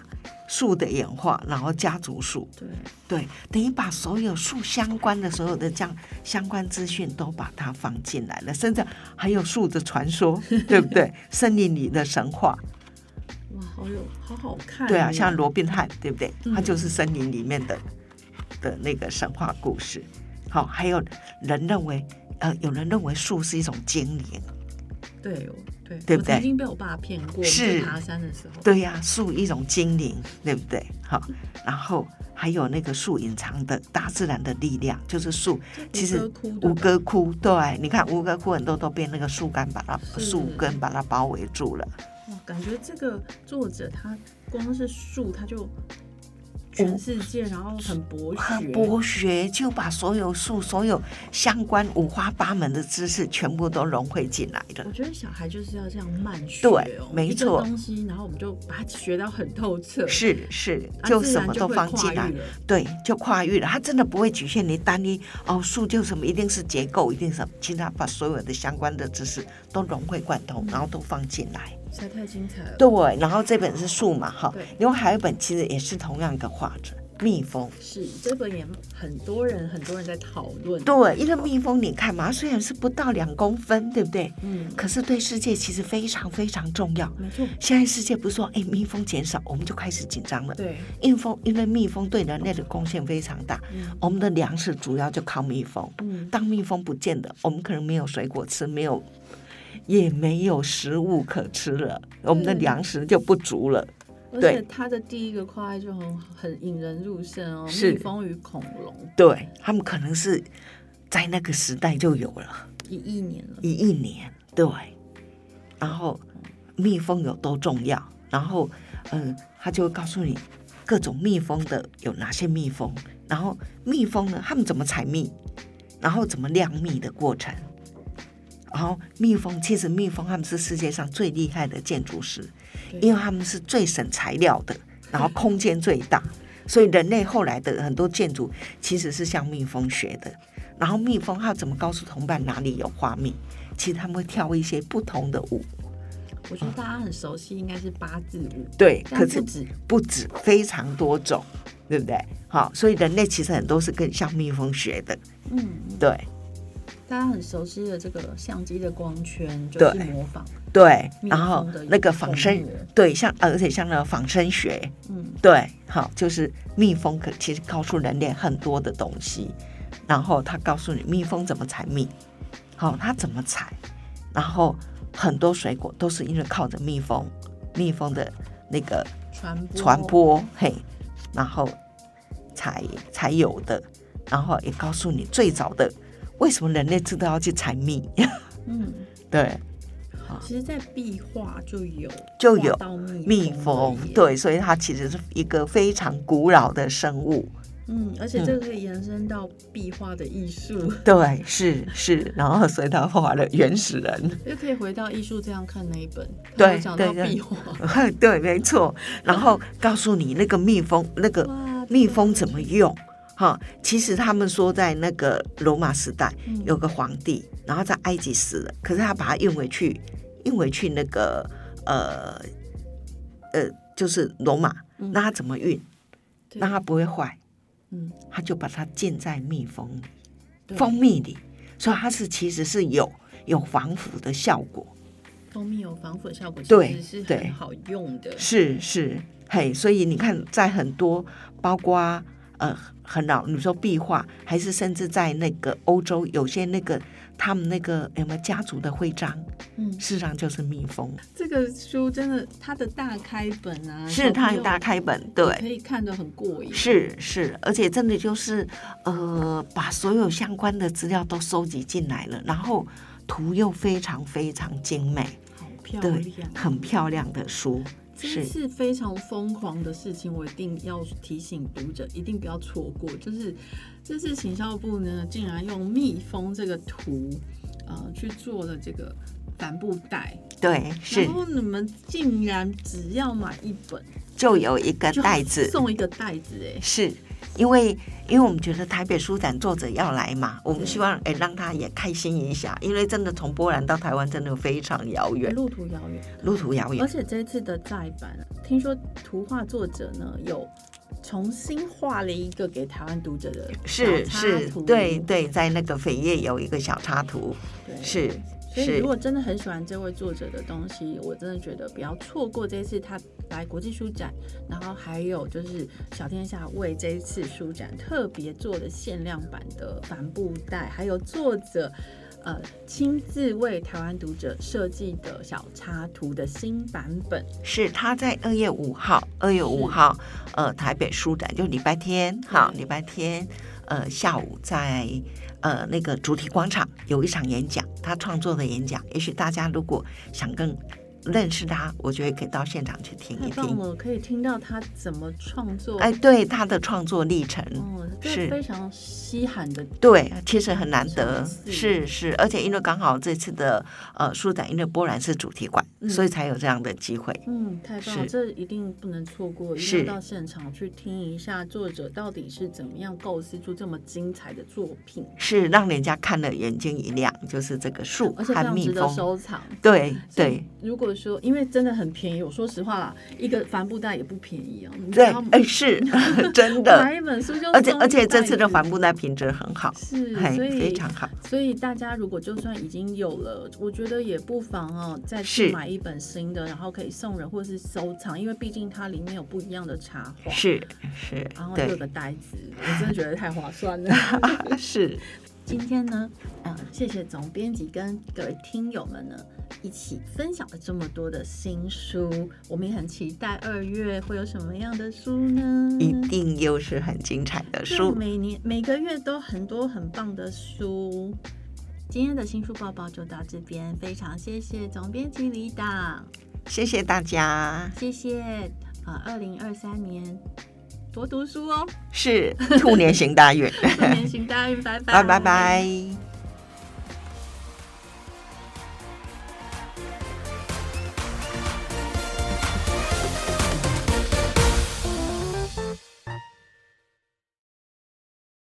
[SPEAKER 3] 树的演化，然后家族树，
[SPEAKER 2] 对，
[SPEAKER 3] 对，等于把所有树相关的所有的这样相关资讯都把它放进来了，甚至还有树的传说，对不对？森林里的神话，
[SPEAKER 2] 哇，好有，好好看哦，
[SPEAKER 3] 对啊，像罗宾汉，对不对？
[SPEAKER 2] 嗯
[SPEAKER 3] 他就是森林里面的的那个神话故事。好、还有人认为，呃，有人认为树是一种精灵，
[SPEAKER 2] 对哦，对，
[SPEAKER 3] 对不
[SPEAKER 2] 我曾
[SPEAKER 3] 对
[SPEAKER 2] 经被我爸骗过，我们
[SPEAKER 3] 是
[SPEAKER 2] 去爬山的时候，
[SPEAKER 3] 对呀、树一种精灵，对不对？好、
[SPEAKER 2] 嗯
[SPEAKER 3] 然后还有那个树隐藏的大自然的力量，就是树，其实
[SPEAKER 2] 这吴哥窟对吧
[SPEAKER 3] 吴哥窟，对，你看吴哥窟很多都被那个树干把它
[SPEAKER 2] 是
[SPEAKER 3] 树根把它包围住了，
[SPEAKER 2] 哇，哦感觉这个作者他光是树他就全世界，然后很博学，
[SPEAKER 3] 很博学，就把所有树所有相关五花八门的知识全部都融汇进来了
[SPEAKER 2] 我。觉得小孩就是要这样慢学、哦，
[SPEAKER 3] 对没
[SPEAKER 2] 一个
[SPEAKER 3] 错
[SPEAKER 2] 东西，然后我们就把它学到很透彻，
[SPEAKER 3] 是是，
[SPEAKER 2] 啊
[SPEAKER 3] 就
[SPEAKER 2] 自
[SPEAKER 3] 什
[SPEAKER 2] 然
[SPEAKER 3] 么
[SPEAKER 2] 就
[SPEAKER 3] 都
[SPEAKER 2] 会
[SPEAKER 3] 放
[SPEAKER 2] 跨
[SPEAKER 3] 进
[SPEAKER 2] 域
[SPEAKER 3] 来，
[SPEAKER 2] 了
[SPEAKER 3] 对，就跨越了。它真的不会局限你单一哦，树就什么一定是结构，一定什么，其实它把所有的相关的知识都融会贯通，
[SPEAKER 2] 嗯
[SPEAKER 3] 然后都放进来。
[SPEAKER 2] 实在太精彩了。
[SPEAKER 3] 对，然后这本是树嘛，哈
[SPEAKER 2] 对，
[SPEAKER 3] 另外还有一本其实也是同样一个画者，蜜蜂。
[SPEAKER 2] 是这本也很多人很多人在讨论，
[SPEAKER 3] 对，因为蜜蜂你看嘛，它虽然是不到两公分，对不对？
[SPEAKER 2] 嗯，
[SPEAKER 3] 可是对世界其实非常非常重要。
[SPEAKER 2] 没错，
[SPEAKER 3] 现在世界不是说，哎，蜜蜂减少，我们就开始紧张了。
[SPEAKER 2] 对，
[SPEAKER 3] 蜜蜂因为蜜蜂对人类的贡献非常大，
[SPEAKER 2] 嗯
[SPEAKER 3] 我们的粮食主要就靠蜜蜂。
[SPEAKER 2] 嗯，
[SPEAKER 3] 当蜜蜂不见了，我们可能没有水果吃，没有也没有食物可吃了，我们的
[SPEAKER 2] 对
[SPEAKER 3] 粮食就不足了。
[SPEAKER 2] 而
[SPEAKER 3] 对
[SPEAKER 2] 且他的第一个跨爱就很很引人入胜哦，
[SPEAKER 3] 是
[SPEAKER 2] 蜜蜂与恐龙
[SPEAKER 3] 对他们可能是在那个时代就有了，
[SPEAKER 2] 一亿年了，
[SPEAKER 3] 一亿年。对，然后蜜蜂有多重要，然后嗯，他就会告诉你各种蜜蜂的有哪些蜜蜂，然后蜜蜂呢，他们怎么采蜜，然后怎么酿蜜的过程。然后蜜蜂，其实蜜蜂他们是世界上最厉害的建筑师，
[SPEAKER 2] 对
[SPEAKER 3] 因为他们是最省材料的，然后空间最大，所以人类后来的很多建筑其实是向蜜蜂学的。然后蜜蜂它怎么告诉同伴哪里有花蜜？其实他们会跳一些不同的舞，
[SPEAKER 2] 我觉得大家很熟悉应该是八字舞，
[SPEAKER 3] 对，
[SPEAKER 2] 但
[SPEAKER 3] 可
[SPEAKER 2] 不
[SPEAKER 3] 是
[SPEAKER 2] 止，
[SPEAKER 3] 不止非常多种，对不对？好，所以人类其实很多是跟向蜜蜂学的，
[SPEAKER 2] 嗯，
[SPEAKER 3] 对
[SPEAKER 2] 大家很熟悉的这个相机的光圈就
[SPEAKER 3] 对
[SPEAKER 2] 是模仿，
[SPEAKER 3] 对。
[SPEAKER 2] 蜜
[SPEAKER 3] 然后
[SPEAKER 2] 蜂的
[SPEAKER 3] 那个仿生
[SPEAKER 2] 动物，
[SPEAKER 3] 对，像呃而且像那个仿生学，
[SPEAKER 2] 嗯，
[SPEAKER 3] 对，好，就是蜜蜂可其实告诉人类很多的东西，然后它告诉你蜜蜂怎么采蜜，好、它怎么采，然后很多水果都是因为靠着蜜蜂，蜜蜂的那个
[SPEAKER 2] 传播
[SPEAKER 3] 传播，嘿，然后才才有的，然后也告诉你最早的为什么人类知道要去采蜜，
[SPEAKER 2] 嗯，
[SPEAKER 3] 对，
[SPEAKER 2] 其实，在壁画就有
[SPEAKER 3] 啊就有
[SPEAKER 2] 画到
[SPEAKER 3] 蜜
[SPEAKER 2] 蜜
[SPEAKER 3] 蜂
[SPEAKER 2] 蜂了，耶，
[SPEAKER 3] 对，所以它其实是一个非常古老的生物，
[SPEAKER 2] 嗯，而且这个可以延伸到壁画的艺术，
[SPEAKER 3] 对，是是，然后所以它画了原始人，
[SPEAKER 2] 又可以回到艺术这样看那一本，
[SPEAKER 3] 对
[SPEAKER 2] 它有讲到
[SPEAKER 3] 对对
[SPEAKER 2] 壁画，
[SPEAKER 3] 对，没错，然后告诉你那个蜜蜂那个
[SPEAKER 2] 哇
[SPEAKER 3] 蜜蜂怎么用。哈，其实他们说在那个罗马时代
[SPEAKER 2] 嗯
[SPEAKER 3] 有个皇帝，然后在埃及死了，可是他把他运回去，运回去那个呃呃，就是罗马，
[SPEAKER 2] 嗯
[SPEAKER 3] 那他怎么运？
[SPEAKER 2] 对
[SPEAKER 3] 让它不会坏，
[SPEAKER 2] 嗯，
[SPEAKER 3] 他就把它浸在蜜蜂里
[SPEAKER 2] 对
[SPEAKER 3] 蜂蜜里，所以它是其实是有有防腐的效果。
[SPEAKER 2] 蜂蜜有防腐的效果，其
[SPEAKER 3] 对
[SPEAKER 2] 实是
[SPEAKER 3] 对
[SPEAKER 2] 很好用的。
[SPEAKER 3] 是是，嘿，所以你看，在很多包括呃很老，你说壁画，还是甚至在那个欧洲，有些那个他们那个有没有家族的徽章，
[SPEAKER 2] 嗯，
[SPEAKER 3] 事实上就是蜜蜂，
[SPEAKER 2] 这个书真的，它的大开本啊，
[SPEAKER 3] 是它
[SPEAKER 2] 小朋
[SPEAKER 3] 很
[SPEAKER 2] 友
[SPEAKER 3] 大开本，
[SPEAKER 2] 也
[SPEAKER 3] 对
[SPEAKER 2] 可。以看得很过瘾。
[SPEAKER 3] 是是，而且真的就是，呃，把所有相关的资料都收集进来了，然后图又非常非常精美，
[SPEAKER 2] 好漂
[SPEAKER 3] 对
[SPEAKER 2] 亮，，
[SPEAKER 3] 很漂亮的书，
[SPEAKER 2] 真
[SPEAKER 3] 是
[SPEAKER 2] 是非常疯狂的事情，我一定要提醒读者，一定不要错过。就是这次行销部呢，竟然用蜜蜂这个图，呃，去做了这个帆布袋，
[SPEAKER 3] 对是
[SPEAKER 2] 然，后你们竟然只要买一本，
[SPEAKER 3] 就有一个
[SPEAKER 2] 就
[SPEAKER 3] 呃袋子，
[SPEAKER 2] 送一个袋子、 哎，
[SPEAKER 3] 是因为因为我们觉得台北书展作者要来嘛，我们希望哎让他也开心一下，因为真的从波兰到台湾真的非常遥远，
[SPEAKER 2] 路途遥远。
[SPEAKER 3] 路途遥
[SPEAKER 2] 而
[SPEAKER 3] 远，
[SPEAKER 2] 且这次的再版，啊听说图画作者呢有重新画了一个给台湾读者的
[SPEAKER 3] 是
[SPEAKER 2] 小插
[SPEAKER 3] 是
[SPEAKER 2] 图，
[SPEAKER 3] 对对，在那个扉页有一个小插图，
[SPEAKER 2] 对
[SPEAKER 3] 是
[SPEAKER 2] 所以，
[SPEAKER 3] 是
[SPEAKER 2] 如。果真的很喜欢这位作者的东西，我真的觉得不要错过这次他来国际书展，然后还有就是小天下为这一次书展特别做的限量版的帆布袋，还有作者呃亲自为台湾读者设计的小插图的新版本。
[SPEAKER 3] 是他在二月五号，二月五
[SPEAKER 2] 是
[SPEAKER 3] 号，呃，台北书展就礼拜天，好，
[SPEAKER 2] 对
[SPEAKER 3] 礼拜天，呃，下午在呃那个主题广场有一场演讲，他创作的演讲，也许大家如果想更认识他，我觉得可以到现场去听
[SPEAKER 2] 太
[SPEAKER 3] 一
[SPEAKER 2] 棒
[SPEAKER 3] 听。
[SPEAKER 2] 了，可以听到他怎么创作。
[SPEAKER 3] 哎，对他的创作历程，
[SPEAKER 2] 哦，这
[SPEAKER 3] 是
[SPEAKER 2] 非常稀罕的
[SPEAKER 3] 对，其实很难
[SPEAKER 2] 很
[SPEAKER 3] 得
[SPEAKER 2] 赏，识
[SPEAKER 3] 是是，而且因为刚好这次的呃书展，因为波兰是主题馆，
[SPEAKER 2] 嗯
[SPEAKER 3] 所以才有这样的机会。
[SPEAKER 2] 嗯，太棒了，
[SPEAKER 3] 是
[SPEAKER 2] 这一定不能错过，一定
[SPEAKER 3] 是
[SPEAKER 2] 要到现场去听一下作者到底是怎么样构思出这么精彩的作品，
[SPEAKER 3] 是让人家看了眼睛一亮，就是这个树
[SPEAKER 2] 而且非
[SPEAKER 3] 和
[SPEAKER 2] 常
[SPEAKER 3] 蜜
[SPEAKER 2] 值得
[SPEAKER 3] 蜂，
[SPEAKER 2] 收藏。
[SPEAKER 3] 对
[SPEAKER 2] 所以
[SPEAKER 3] 对
[SPEAKER 2] 如果说因为真的很便宜，我说实话啦，一个帆布袋也不便宜啊，你知
[SPEAKER 3] 对
[SPEAKER 2] 道吗，
[SPEAKER 3] 哎 是真
[SPEAKER 2] 买
[SPEAKER 3] 的，
[SPEAKER 2] 一本书就
[SPEAKER 3] 而且
[SPEAKER 2] 送一
[SPEAKER 3] 而且这
[SPEAKER 2] 袋
[SPEAKER 3] 次的
[SPEAKER 2] 子
[SPEAKER 3] 帆布袋品质很好，
[SPEAKER 2] 是，
[SPEAKER 3] 嘿
[SPEAKER 2] 所以
[SPEAKER 3] 非常好，
[SPEAKER 2] 所以大家如果就算已经有了，我觉得也不妨哦，再去
[SPEAKER 3] 是
[SPEAKER 2] 买一本新的，然后可以送人或是收藏，因为毕竟它里面有不一样的插画。
[SPEAKER 3] 是是
[SPEAKER 2] 然，后又有
[SPEAKER 3] 对
[SPEAKER 2] 个袋子，我真的觉得太划算了。
[SPEAKER 3] 是
[SPEAKER 2] 今天呢，呃，谢谢总编辑跟各位听友们呢一起分享了这么多的新书，我们也很期待二月会有什么样的书呢？
[SPEAKER 3] 一定又是很精彩的
[SPEAKER 2] 嗯对
[SPEAKER 3] 书。
[SPEAKER 2] 每年每个月都很多很棒的书。今天的新书报报就到这边，非常谢谢总编辑李党，
[SPEAKER 3] 谢谢大家，
[SPEAKER 2] 谢谢呃，二零二三年多读书哦，
[SPEAKER 3] 是兔年行大运，
[SPEAKER 2] 兔年行大运，拜拜，
[SPEAKER 3] 啊拜拜拜。